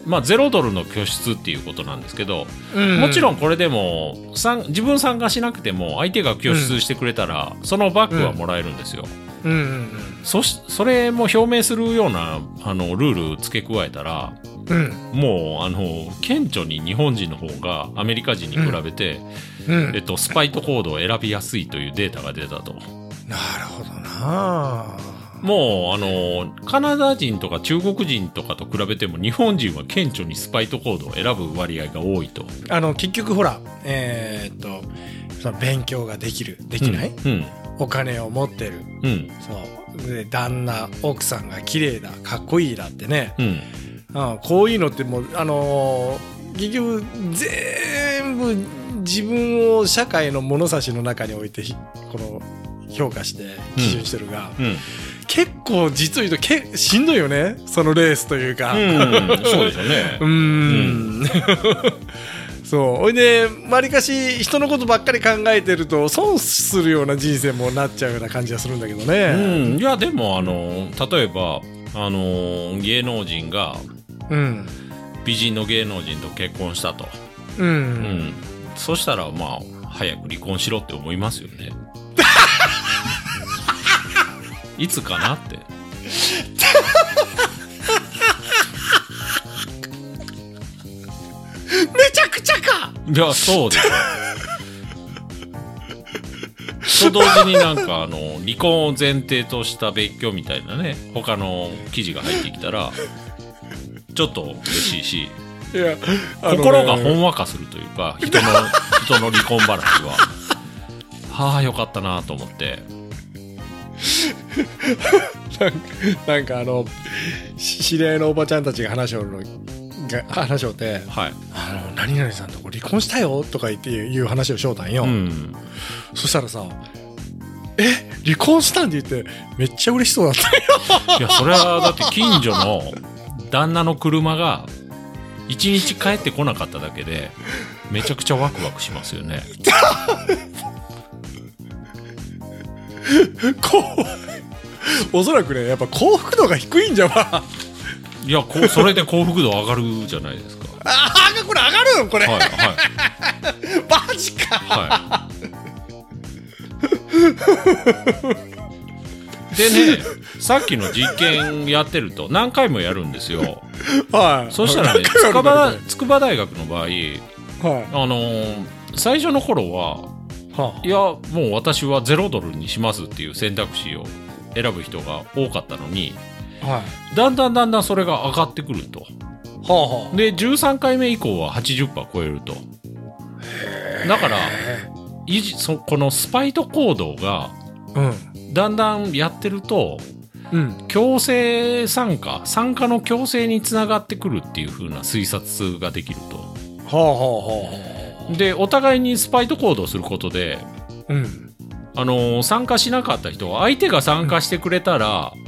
Speaker 3: まあ、0ドルの拠出っていうことなんですけど、
Speaker 2: あも
Speaker 3: もちろんこれでも参自分参加しなくても相手が拠出してくれたら、そのバッグはもらえるんですよ、
Speaker 2: うんうん
Speaker 3: そしそれも表明するようなあのルール付け加えたら
Speaker 2: うん
Speaker 3: もうあの顕著に日本人の方がアメリカ人に比べて、
Speaker 2: うんうん
Speaker 3: えっと、スパイトコードを選びやすいというデータが出たと
Speaker 2: なるほどな
Speaker 3: もうあのカナダ人とか中国人とかと比べても日本人は顕著にスパイトコードを選ぶ割合が多いと
Speaker 2: あの結局ほらえーっとその勉強ができるできない、
Speaker 3: うん
Speaker 2: お金を持ってる
Speaker 3: うん
Speaker 2: そうで旦那奥さんが綺麗だかっこいいだってね、
Speaker 3: うん
Speaker 2: うん、こういうのってもうあのー結局全部自分を社会の物差しの中に置いてひこの評価して基準してるが、
Speaker 3: うん
Speaker 2: 結構実を言うとけしんどいよねそのレースというか。
Speaker 3: うん、そうですよね
Speaker 2: うーん *laughs* そうほいでわりかし人のことばっかり考えてると損するような人生もなっちゃうような感じがするんだけどね。
Speaker 3: うん、いやでもあの例えばあの芸能人が
Speaker 2: うん
Speaker 3: 美人の芸能人と結婚したと、
Speaker 2: う
Speaker 3: うんん、そしたらまあ早く離婚しろって思いますよ *laughs* ねいつかなって
Speaker 2: めちゃくちゃか
Speaker 3: いやそうですよと同時になんかあの離婚を前提とした別居みたいなね他の記事が入ってきたらちょっと嬉しいし
Speaker 2: いや、
Speaker 3: 心がほ
Speaker 2: ん
Speaker 3: んわかするというか人の人の離婚話ははあよかったなと思って
Speaker 2: なんかあのし知り合いのおばちゃんたちが話しおるのが話しおって
Speaker 3: はい
Speaker 2: 「あの何々さんとこ離婚したよ」とか言っていう話をしおったんよ、
Speaker 3: うん
Speaker 2: そしたらさ「え離婚したん?」って言ってめっちゃ嬉しそうだった *laughs*
Speaker 3: いやそれはだって近所の旦那の車が一日帰ってこなかっただけでめちゃくちゃワクワクしますよね
Speaker 2: 怖いおそらくねやっぱ幸福度が低いんじゃわ *laughs*
Speaker 3: いやこうそれで幸福度上がるじゃな
Speaker 2: *laughs*
Speaker 3: いですか
Speaker 2: ああこれ上がるのこれ、
Speaker 3: はいはい
Speaker 2: マジか
Speaker 3: はいでねさっきの実験やってると何回もやるんですよ
Speaker 2: はい
Speaker 3: そしたらね
Speaker 2: 何回も
Speaker 3: 筑
Speaker 2: あ
Speaker 3: 波
Speaker 2: るんだ
Speaker 3: 筑波大学の場合
Speaker 2: けどはい
Speaker 3: あのー最初の頃は
Speaker 4: はい
Speaker 3: やもう私は0ドルにしますっていう選択肢を選ぶ人が多かったのに
Speaker 4: あ、はい、
Speaker 3: だんだんだんだんそれが上がってくると
Speaker 4: はあはあ、
Speaker 3: で13回目以降は80%超えるとだから維持そこのスパイト行動が
Speaker 4: うん
Speaker 3: だんだんやってると
Speaker 4: うん
Speaker 3: 強制参加参加の強制につながってくるっていう風な推察ができると
Speaker 4: はあはあは
Speaker 3: でお互いにスパイト行動することで
Speaker 4: あうん
Speaker 3: あの参加しなかった人は相手が参加してくれたら、
Speaker 4: うん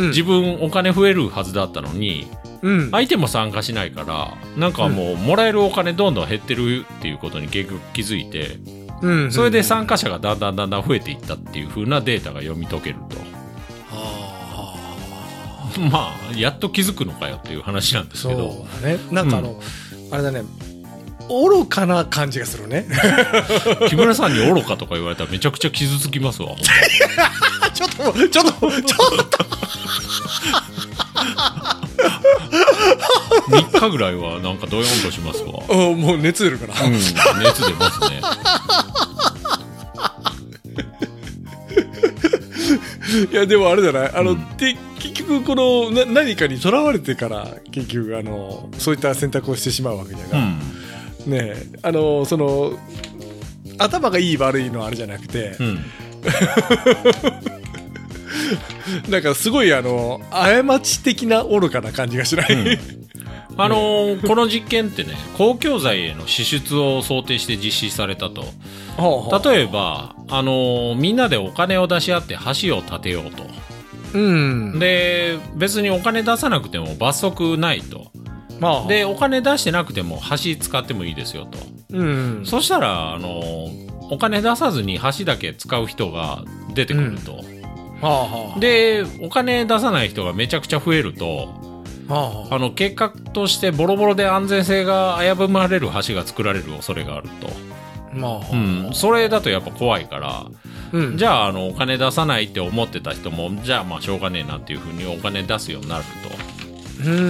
Speaker 3: 自分お金増えるはずだったのに
Speaker 4: うん
Speaker 3: 相手も参加しないからなんかもうもらえるお金どんどん減ってるっていうことに結局気づいて
Speaker 4: うん
Speaker 3: それで参加者がだんだんだんだん増えていったっていう風なデータが読み解けると *laughs* まあやっと気づくのかよっていう話なんです
Speaker 2: そ
Speaker 3: けど
Speaker 2: うだねなんかあの、あれだね愚かな感じがするね *laughs*
Speaker 3: 木村さんに愚かとか言われたらめちゃくちゃ傷つきますわほん
Speaker 2: あちょっとちょっと *laughs* ちょっと
Speaker 3: ま3日ぐらいはなんかドヨンとしますわ、
Speaker 2: うんもう熱出るから、
Speaker 3: うん、熱出ますね
Speaker 2: いやでもあれじゃないあの、
Speaker 3: うん
Speaker 2: で結局このな何かにとらわれてから結局あのそういった選択をしてしまうわけじゃ
Speaker 3: う
Speaker 2: ない、
Speaker 3: ん
Speaker 2: ねえあのその頭がいい悪いのあれじゃなくて、
Speaker 3: うん
Speaker 2: なんかすごいあの過ち的な愚かな感じがしない、 *laughs*
Speaker 3: あのーこの実験ってね公共財への支出を想定して実施されたと例えば、あのーみんなでお金を出し合って橋を建てようと
Speaker 4: うん
Speaker 3: で別にお金出さなくても罰則ないと
Speaker 4: まあ
Speaker 3: でお金出してなくても橋使ってもいいですよと
Speaker 4: うん
Speaker 3: そしたら、あのーお金出さずに橋だけ使う人が出てくると、
Speaker 4: はあはあ
Speaker 3: でお金出さない人がめちゃくちゃ増えると
Speaker 4: はあは
Speaker 3: あの結果としてボロボロで安全性が危ぶまれる橋が作られる恐れがあると、
Speaker 4: あまあ
Speaker 3: うん、それだとやっぱ怖いから
Speaker 4: うん
Speaker 3: じゃああのお金出さないって思ってた人もじゃあまあしょうがねえなっていうふうにお金出すようになる
Speaker 4: うん
Speaker 3: と、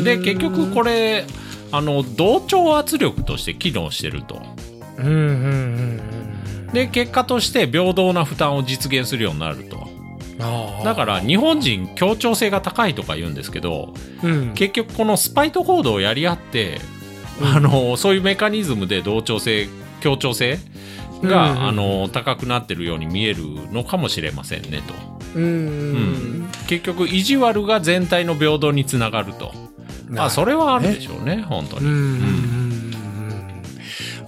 Speaker 3: うん、で結局これあの同調圧力として機能してると
Speaker 4: うんうんうん
Speaker 3: で結果として平等な負担を実現するようになると
Speaker 4: うんああ
Speaker 3: だから日本人協調性が高いとか言うんですけど
Speaker 4: うん
Speaker 3: 結局このスパイト行動をやり合って、あのそういうメカニズムで同調性協調性が、
Speaker 4: うんうん
Speaker 3: あの高くなってるように見えるのかもしれませんねと、
Speaker 4: うん
Speaker 3: うん結局意地悪が全体の平等につながるとまあそれはあるでしょうね本当
Speaker 2: う
Speaker 3: に、
Speaker 2: ん
Speaker 3: うん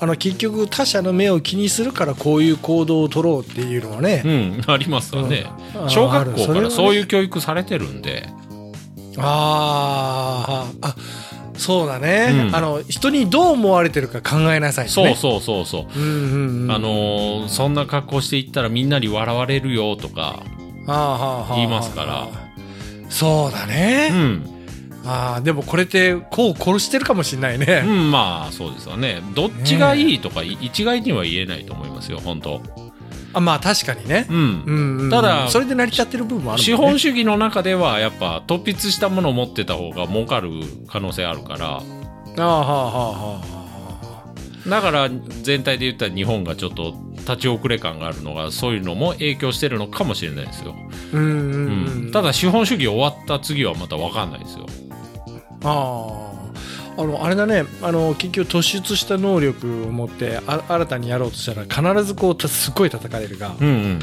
Speaker 2: あの結局他者の目を気にするからこういう行動を取ろうっていうのはね、
Speaker 3: うん *laughs* ありますわね、
Speaker 2: うん
Speaker 3: 小学校からそういうう教育されてるんで、
Speaker 2: あーあそうだね、
Speaker 3: うん
Speaker 2: あの人にどう思われてるか考えなさいね
Speaker 3: そうそうそうそう、
Speaker 2: うんうんうん
Speaker 3: あのーそんな格好していったらみんなに笑われるよとか、
Speaker 2: あーはーはーはー
Speaker 3: 言いますから
Speaker 2: そうだ
Speaker 3: う
Speaker 2: ね、
Speaker 3: ん、
Speaker 2: ああでもこれってこう殺してるかもしれないね、
Speaker 3: うん、まあそうですよねどっちがいいとかい一概には言えないと思いますよ本当
Speaker 2: あまあ確かにね、
Speaker 3: うん、
Speaker 2: うんうん
Speaker 3: ただ
Speaker 2: それで成り立ってる部分もある
Speaker 3: 資
Speaker 2: もんね
Speaker 3: 本主義の中ではやっぱ突筆したものを持ってた方が儲かる可能性あるから
Speaker 2: あーはあはあはあはあ
Speaker 3: だから全体で言ったら日本がちょっと立ち遅れ感があるのがそういうのも影響してるのかもしれないですよ、
Speaker 2: うんう
Speaker 3: うん
Speaker 2: んうん、
Speaker 3: ただ資本主義終わった次はまた分かんないですよ
Speaker 2: あああのあれだねあの結局突出した能力を持ってあ新たにやろうとしたら必ずこうたすっごい叩かれるが
Speaker 3: うん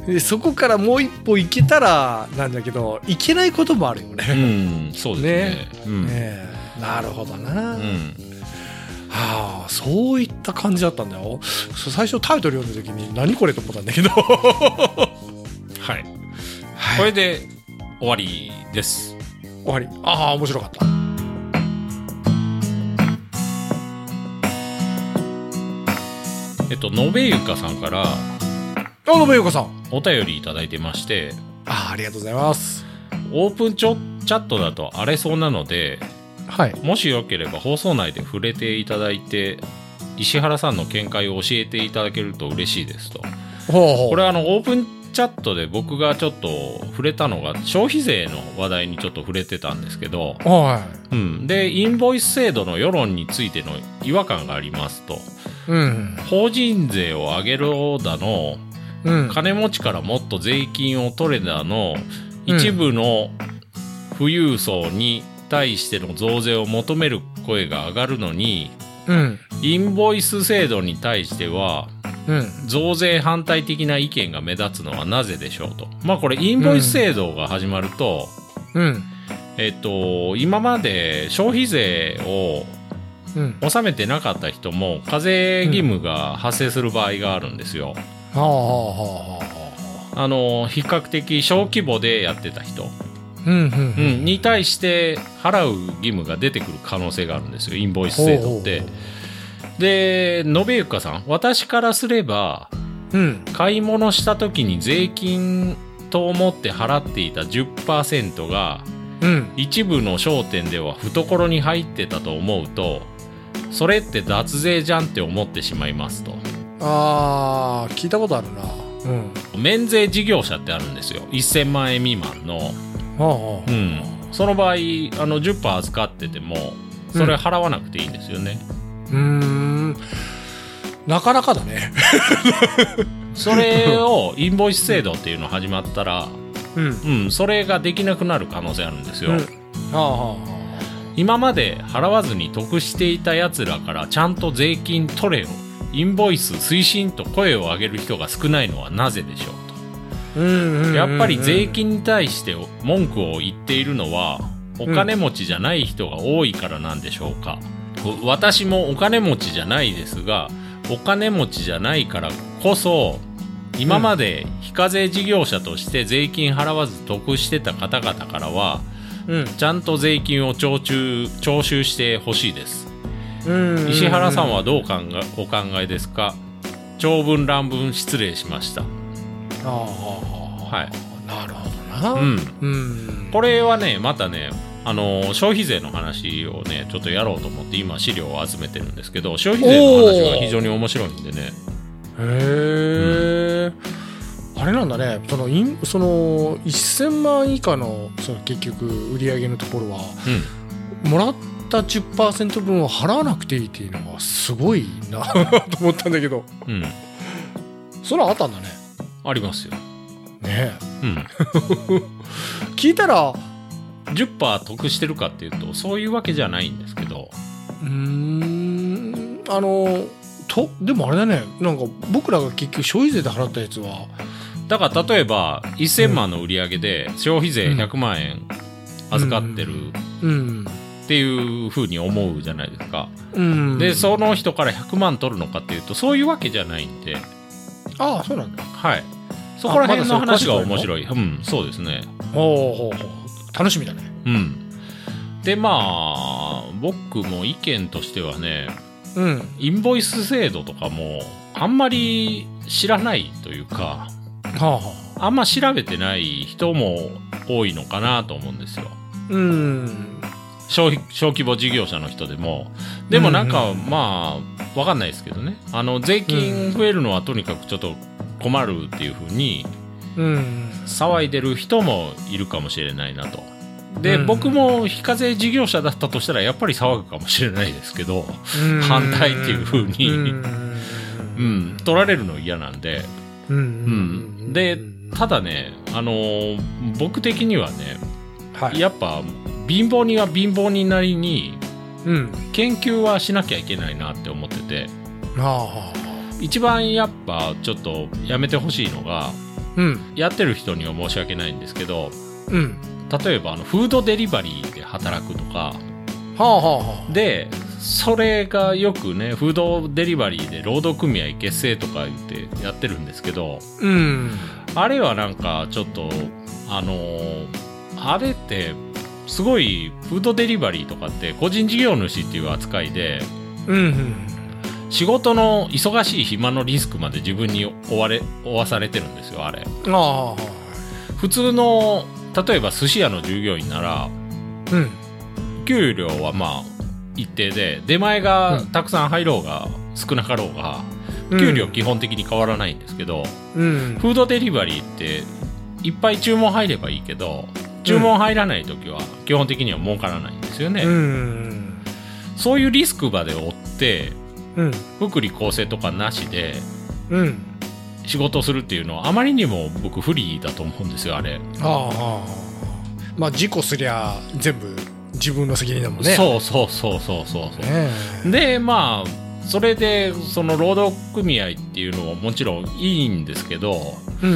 Speaker 3: うん
Speaker 2: でそこからもう一歩行けたらなんだけど行けないこともあるよ
Speaker 3: う
Speaker 2: ね。
Speaker 3: ん、うん、そうですねうん
Speaker 2: ねえなるほどな、
Speaker 3: う
Speaker 2: は
Speaker 3: ん
Speaker 2: あそういった感じだったんだよそう最初タイトル読んだ時に何これと思ったんだけど
Speaker 3: はい、これで終わりです
Speaker 2: *laughs* 終わりああ面白かった
Speaker 3: えっと、延べゆかさんから、
Speaker 2: あのべゆかさん
Speaker 3: お便りいただいてまして、
Speaker 5: あありがとうございます
Speaker 3: オープンチョチャットだと荒れそうなので、
Speaker 5: はい
Speaker 3: もしよければ放送内で触れていただいて、石原さんの見解を教えていただけると嬉しいですと。
Speaker 5: ほうほう
Speaker 3: これはあのオープンチャットで僕がちょっと触れたのが消費税の話題にちょっと触れてたんですけど、
Speaker 5: は
Speaker 3: うん、でインボイス制度の世論についての違和感がありますと
Speaker 5: いうん
Speaker 3: 法人税を上げろだの
Speaker 5: うん
Speaker 3: 金持ちからもっと税金を取れだの
Speaker 5: うん
Speaker 3: 一部の富裕層に対しての増税を求める声が上がるのに
Speaker 5: うん
Speaker 3: インボイス制度に対しては
Speaker 5: うん
Speaker 3: 増税反対的な意見が目立つのはなぜでしょうと。まあこれインボイス制度が始まると、
Speaker 5: うん
Speaker 3: えっと、今まで消費税を
Speaker 5: うん
Speaker 3: 納めてなかった人も課税義務が発生する場合があるんですよ。
Speaker 5: はあはあはあはあ
Speaker 3: あの、比較的小規模でやってた人、
Speaker 5: うん
Speaker 3: う
Speaker 5: う
Speaker 3: んん、に対して払う義務が出てくる可能性があるんですよ、インボイス
Speaker 5: ほう
Speaker 3: 制
Speaker 5: ほうほ
Speaker 3: 度
Speaker 5: う
Speaker 3: って。で、延べゆかさん、私からすれば、
Speaker 5: うん
Speaker 3: 買い物した時に税金と思って払っていた10%が
Speaker 5: うん
Speaker 3: 一部の商店では懐に入ってたと思うとそれって脱税じゃんって思ってしまいますと
Speaker 5: ああ聞いたことあるなうん
Speaker 3: 免税事業者ってあるんですよ1000万円未満の、
Speaker 5: はあは
Speaker 3: う
Speaker 5: あ
Speaker 3: ん、その場合あの10%預かっててもそれ払わなくていいんですよね、
Speaker 5: うーんなかなかだね
Speaker 3: それをインボイス制度っていうの始まったら、
Speaker 5: うん
Speaker 3: うん、それができなくなる可能性あるんですよ、
Speaker 5: うんはあはあはあ
Speaker 3: 今まで払わずに得していた奴らからちゃんと税金取れよインボイス推進と声を上げる人が少ないのはなぜでしょうとやっぱり税金に対して文句を言っているのはお金持ちじゃない人が多いからなんでしょうか、こ私もお金持ちじゃないですがお金持ちじゃないからこそ今まで非課税事業者として税金払わず得してた方々からは
Speaker 5: うん
Speaker 3: ちゃんと税金を徴収徴収してほしいです
Speaker 5: うん
Speaker 3: 石原さんはどう考えお考えですか長文乱文失礼しました
Speaker 5: ああ
Speaker 3: はい
Speaker 5: なるほどな
Speaker 3: うん
Speaker 5: うん
Speaker 3: これはねまたねあの消費税の話をねちょっとやろうと思って今資料を集めてるんですけど消費税の話が非常に面白いんでね
Speaker 5: へえ、あれなんだねそのインその1000万以下のその結局売り上げのところはもらった10%分を払わなくていいっていうのがすごいな *laughs* と思ったんだけど
Speaker 3: うんうん
Speaker 5: それはあったんだね
Speaker 3: ありますよ
Speaker 5: ね
Speaker 3: うん
Speaker 5: え聞いたらう
Speaker 3: 10%得してるかっていうとそういうわけじゃないんですけど
Speaker 5: ーんあのとでもあれだねなんか僕らが結局消費税で払ったやつは
Speaker 3: だから例えば1000万の売り上げで消費税100万円預かってる
Speaker 5: うん
Speaker 3: っていうふうに思うじゃないですか、
Speaker 5: うん
Speaker 3: でその人から100万取るのかっていうとそういうわけじゃないんで
Speaker 5: ああそうなんだ
Speaker 3: はいそこら辺の
Speaker 5: あまだそ
Speaker 3: 話が
Speaker 5: れ詳しくないの
Speaker 3: 面白いうんそうですね
Speaker 5: ほうほうほう楽しみだね
Speaker 3: うんでまあ僕も意見としてはね
Speaker 5: うん
Speaker 3: インボイス制度とかもあんまり知らないというか
Speaker 5: はあはあ
Speaker 3: あんま調べてない人も多いのかなと思うんですよ
Speaker 5: うん
Speaker 3: 小小規模事業者の人でもでもなんか、
Speaker 5: うん
Speaker 3: まあわかんないですけどねあの税金増えるのはとにかくちょっと困るっていうふうに
Speaker 5: うん
Speaker 3: 騒いでる人もいるかもしれないなとで、
Speaker 5: うん
Speaker 3: 僕も非課税事業者だったとしたらやっぱり騒ぐかもしれないですけど反対っていう風に
Speaker 5: うん
Speaker 3: うん取られるの嫌なんで
Speaker 5: うん
Speaker 3: うんでただねあのー僕的にはね
Speaker 5: はい
Speaker 3: やっぱ貧乏人は貧乏人なりに
Speaker 5: うん
Speaker 3: 研究はしなきゃいけないなって思ってて
Speaker 5: ああ
Speaker 3: 一番やっぱちょっとやめてほしいのが
Speaker 5: うん
Speaker 3: やってる人には申し訳ないんですけど
Speaker 5: うん
Speaker 3: 例えばあのフードデリバリーで働くとか
Speaker 5: はあはあは
Speaker 3: でそれがよくねフードデリバリーで労働組合結成とか言ってやってるんですけど
Speaker 5: あうん
Speaker 3: あれはなんかちょっとあのーあれってすごいフードデリバリーとかって個人事業主っていう扱いで
Speaker 5: うん
Speaker 3: 仕事の忙しい暇のリスクまで自分に追われ追わされてるんですよあれ
Speaker 5: ああはい
Speaker 3: 普通の例えば寿司屋の従業員なら
Speaker 5: うん
Speaker 3: 給料はまあ一定で出前がたくさん入ろうが少なかろうが給料基本的に変わらないんですけど、
Speaker 5: うん
Speaker 3: フードデリバリーっていっぱい注文入ればいいけど注文入らない時は基本的には儲からないんですよね、
Speaker 5: うん
Speaker 3: そういうリスクまで追って
Speaker 5: うん
Speaker 3: 福利厚生とかなしで
Speaker 5: うん
Speaker 3: 仕事をするっていうのはあまりにも僕不利だと思うんですよあれ、
Speaker 5: ああああまあ事故すりゃ全部自分の責任だもんね
Speaker 3: そうそうそうそうそうそう、
Speaker 5: ねえ
Speaker 3: でまあそれでその労働組合っていうのももちろんいいんですけど
Speaker 5: う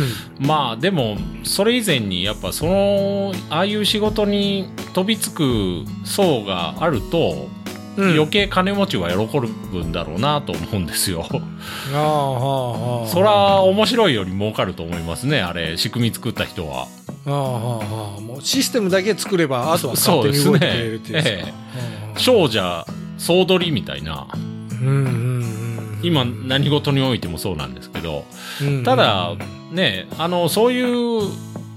Speaker 5: ん
Speaker 3: まあでもそれ以前にやっぱそのああいう仕事に飛びつく層があると、
Speaker 5: うん
Speaker 3: 余計金持ちは喜ぶんだろうなと思うんですよ。
Speaker 5: ああああああ
Speaker 3: そら面白いより儲かると思いますねあれ仕組み作った人は。
Speaker 5: ああああもうシステムだけ作ればあとは勝手に動いてくれるってい
Speaker 3: そ
Speaker 5: う
Speaker 3: うですね
Speaker 5: さ
Speaker 3: 少女総取りみたいな
Speaker 5: うんうんうん
Speaker 3: 今何事においてもそうなんですけど。
Speaker 5: うん
Speaker 3: ただねあのそういう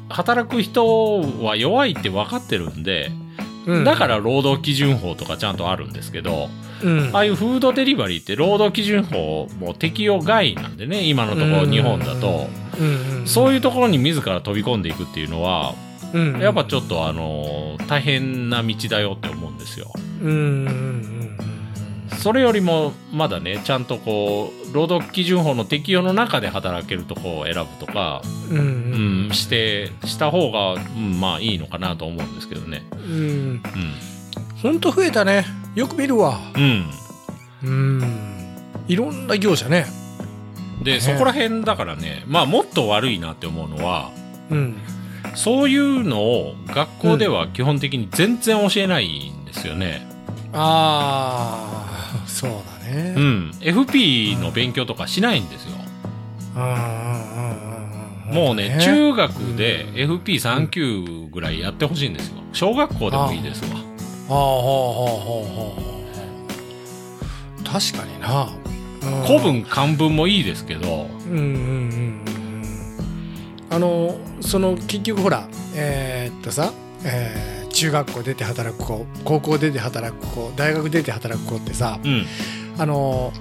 Speaker 3: 働く人は弱いって分かってるんで、
Speaker 5: うん
Speaker 3: だから労働基準法とかちゃんとあるんですけど、
Speaker 5: うん
Speaker 3: ああいうフードデリバリーって労働基準法も適用外なんでね今のところ日本だと、
Speaker 5: うんうん
Speaker 3: そういうところに自ら飛び込んでいくっていうのは
Speaker 5: うん
Speaker 3: やっぱちょっとあの大変な道だよって思うんですよ。
Speaker 5: うんうんうん
Speaker 3: それよりもまだねちゃんとこう労働基準法の適用の中で働けるところを選ぶとか
Speaker 5: うんうん
Speaker 3: うん、してした方が、うん、まあいいのかなと思うんですけどね。
Speaker 5: うん
Speaker 3: う
Speaker 5: ほんと増えたねよく見るわ
Speaker 3: ん、うん
Speaker 5: うんいろんな業者ね
Speaker 3: でそこら辺だからね、まあ、もっと悪いなって思うのは
Speaker 5: うん
Speaker 3: そういうのを学校では基本的に全然教えないんですよね。
Speaker 5: ああそうだ
Speaker 3: う
Speaker 5: ね
Speaker 3: ん、FP の勉強とかしないんですよ。
Speaker 5: うんうんんんん
Speaker 3: もうね中学で
Speaker 5: うん
Speaker 3: FP3 級ぐらいやってほしいんですよ。小学校でもいいですわ。
Speaker 5: はあはあはあはあはあ確かにな、うん
Speaker 3: 古文漢文もいいですけど。
Speaker 5: うんうんうんうんあのその結局ほらえーっとさ、えー中学校出て働く子高校出て働く子大学出て働く子ってさ
Speaker 3: うん
Speaker 5: あの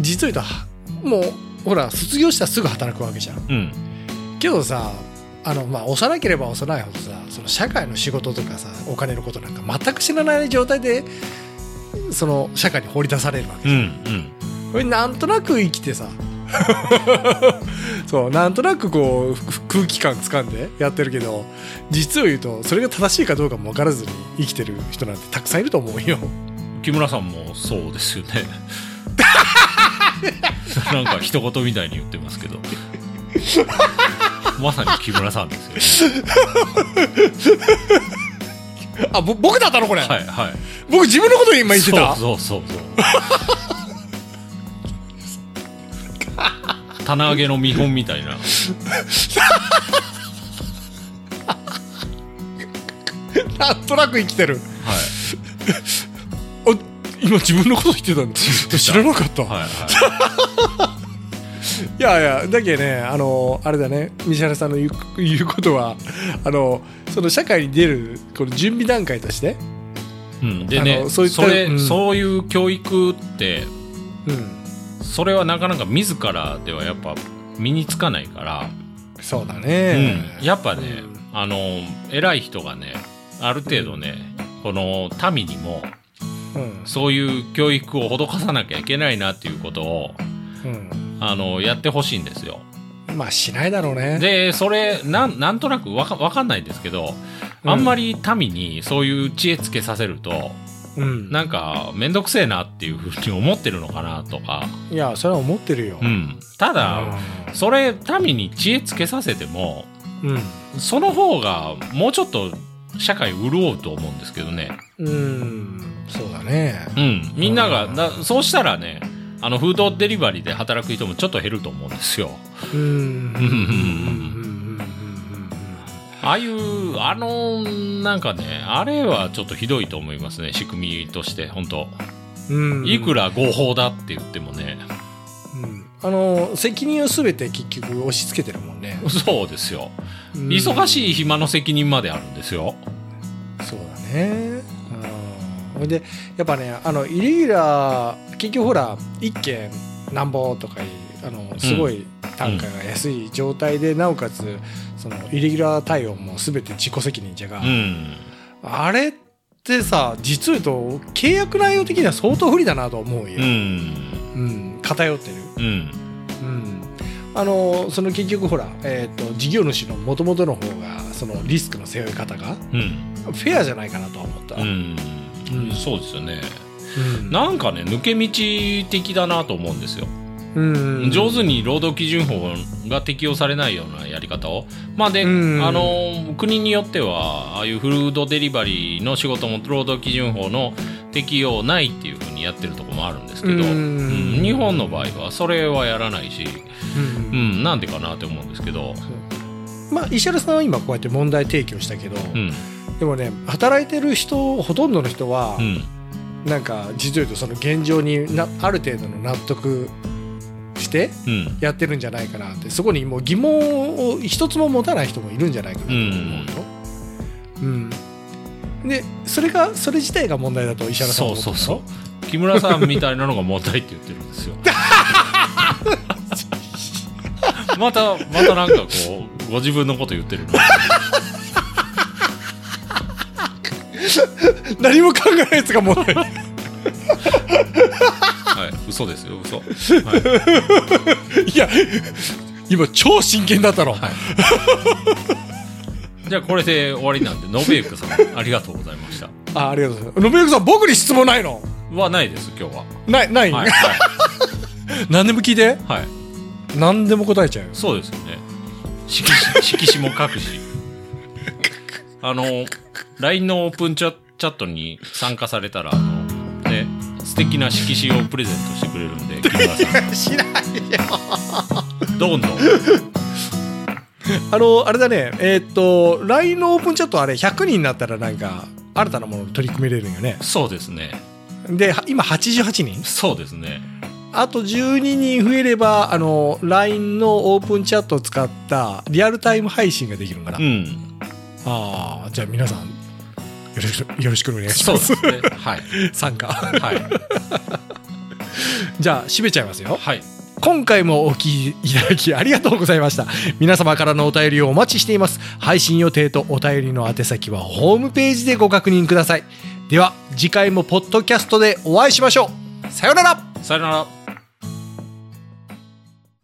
Speaker 5: 実を言うとはもうほら卒業したらすぐ働くわけじゃん
Speaker 3: うん
Speaker 5: けどさあのまあ幼ければ幼いほどさその社会の仕事とかさお金のことなんか全く知らない状態でその社会に放り出されるわ
Speaker 3: う
Speaker 5: けじゃん
Speaker 3: ん
Speaker 5: これなんとなく生きてさ *laughs* そうなんとなくこうふ空気感掴んでやってるけど実を言うとそれが正しいかどうかも分からずに生きてる人なんてたくさんいると思うよ。
Speaker 3: うん木村さんもそうですよね *laughs* なんか一言みたいに言ってますけどまさに木村さんですよね
Speaker 5: あぼ僕だったの *laughs* これ、
Speaker 3: はいはい
Speaker 5: 僕自分のこと今言ってた
Speaker 3: そうそうそうそう棚上げの見本みたいな
Speaker 5: なんとなく生きてる
Speaker 3: はい
Speaker 5: あ今自分のこと言ってたんだ *laughs* 知らなかった、
Speaker 3: はいはい
Speaker 5: いやいやだけどねあのあれだね西原さんの言う言うことはあのその社会に出るこの準備段階として、
Speaker 3: うん、でね
Speaker 5: あの
Speaker 3: そ
Speaker 5: そういった
Speaker 3: れ、
Speaker 5: うん
Speaker 3: そういう教育って
Speaker 5: うん、
Speaker 3: それはなかなか自らではやっぱ身につかないから
Speaker 5: そうだ
Speaker 3: うん
Speaker 5: ね、
Speaker 3: やっぱね、
Speaker 5: うん
Speaker 3: あの偉い人がねある程度ね、この民にも
Speaker 5: うん
Speaker 3: そういう教育を施さなきゃいけないなっていうことを
Speaker 5: う
Speaker 3: あのやってほしいんですよ。
Speaker 5: ん、まあしないだろうね。
Speaker 3: でそれなんなんとなくわかわかんないですけどあんまり民にそういう知恵つけさせると、
Speaker 5: うん、
Speaker 3: なんか面倒くせえなっていうふうに思ってるのかなとか、
Speaker 5: いやそれは思ってるよ。
Speaker 3: うん、ただ、
Speaker 5: う
Speaker 3: それ民に知恵つけさせても
Speaker 5: ん
Speaker 3: その方がもうちょっと社会潤うと思うんですけどね。
Speaker 5: うん、うん、そうだね。
Speaker 3: うん、みんなが
Speaker 5: うん
Speaker 3: だそうしたらねあのフードデリバリーで働く人もちょっと減ると思うんですよ
Speaker 5: うんうん
Speaker 3: うんうんああいうあのなんかねあれはちょっとひどいと思いますね仕組みとして本当
Speaker 5: うん
Speaker 3: いくら合法だって言ってもね、
Speaker 5: うんあの責任を全て結局押し付けてるもんね、
Speaker 3: そうですよ。
Speaker 5: うん
Speaker 3: 忙しい暇の責任まであるんですよ。
Speaker 5: そうだねうんほいでやっぱねあのイレギュラー結局ほら1軒なんぼとかいうあのすごい単価が安い状態で、なおかつそのイレギュラー対応も全て自己責任じゃが、
Speaker 3: うん。
Speaker 5: あれってさ実を言うと契約内容的には相当不利だなと思うよ、
Speaker 3: うん。
Speaker 5: うん偏ってる
Speaker 3: うん。
Speaker 5: うんあのその結局ほら、えー、と事業主のもともとの方がそのリスクの背負い方が
Speaker 3: うん。
Speaker 5: フェアじゃないかなとは思った、
Speaker 3: うん。
Speaker 5: うん
Speaker 3: そうですよね。
Speaker 5: うん
Speaker 3: なんかね、抜け道的だなと思うんですよ。
Speaker 5: うん
Speaker 3: 上手に労働基準法が適用されないようなやり方を、まあで
Speaker 5: うん
Speaker 3: あの国によってはああいうフードデリバリーの仕事も労働基準法の適用ないっていうふうにやってるとこもあるんですけど、
Speaker 5: うん
Speaker 3: うん日本の場合はそれはやらないし、
Speaker 5: う
Speaker 3: う
Speaker 5: ん
Speaker 3: ん、なんでかなって思うんですけど、
Speaker 5: まあ石原さんは今こうやって問題提起をしたけど、
Speaker 3: うん
Speaker 5: でもね働いてる人ほとんどの人は
Speaker 3: う、ん
Speaker 5: なんか実を言うとその現状になある程度の納得して
Speaker 3: うん
Speaker 5: やってるんじゃないかなってそこにもう疑問を一つも持たない人もいるんじゃないかなと思うよ。うんでそれがそれ自体が問題だと石原さんは
Speaker 3: そう
Speaker 5: 思
Speaker 3: そう
Speaker 5: う
Speaker 3: そう木村さんみたいなのが問題って言ってるんですよ *laughs* またまたなんかこうご自分のこと言ってるの
Speaker 5: そう何も考えないやつが問題 *laughs*
Speaker 3: はい、嘘ですよ、嘘。はい
Speaker 5: や今超真剣だったろ、
Speaker 3: い。じゃあ、これで終わりなんで、ノベゆクさん、ありがとうございました。
Speaker 5: あありがとうございます信行さん僕に質問ないの
Speaker 3: は、ないです、今日は。
Speaker 5: ないない、
Speaker 3: はい。
Speaker 5: 何でも聞いて
Speaker 3: はい。はい、
Speaker 5: 何でも答えちゃうよ
Speaker 3: そうですよね。色紙、色紙も書くし。あの、LINE のオープンチャチャットに参加されたら、あの、ね、素敵な色紙をプレゼントしてくれるんで、木村さ
Speaker 5: *laughs* 知らん
Speaker 3: ん。どんどん。
Speaker 5: あのあれだねえーっと LINE のオープンチャットあれ100人になったらなんか新たなものに取り組めれるよね
Speaker 3: そうですね。
Speaker 5: では今88人
Speaker 3: そうですね。
Speaker 5: あと12人増えればあの LINE のオープンチャットを使ったリアルタイム配信ができるのかな、
Speaker 3: うん。
Speaker 5: ああじゃあ皆さんよろしくよろしくお願いし
Speaker 3: そう
Speaker 5: ま
Speaker 3: ですすね。はい。
Speaker 5: 参加 *laughs*
Speaker 3: はい。
Speaker 5: じゃあ締めちゃいますよ
Speaker 3: はい。
Speaker 5: 今回もお聞きいただきありがとうございました皆様からのお便りをお待ちしています配信予定とお便りの宛先はホームページでご確認くださいでは次回もポッドキャストでお会いしましょうさようなら
Speaker 3: さよなら。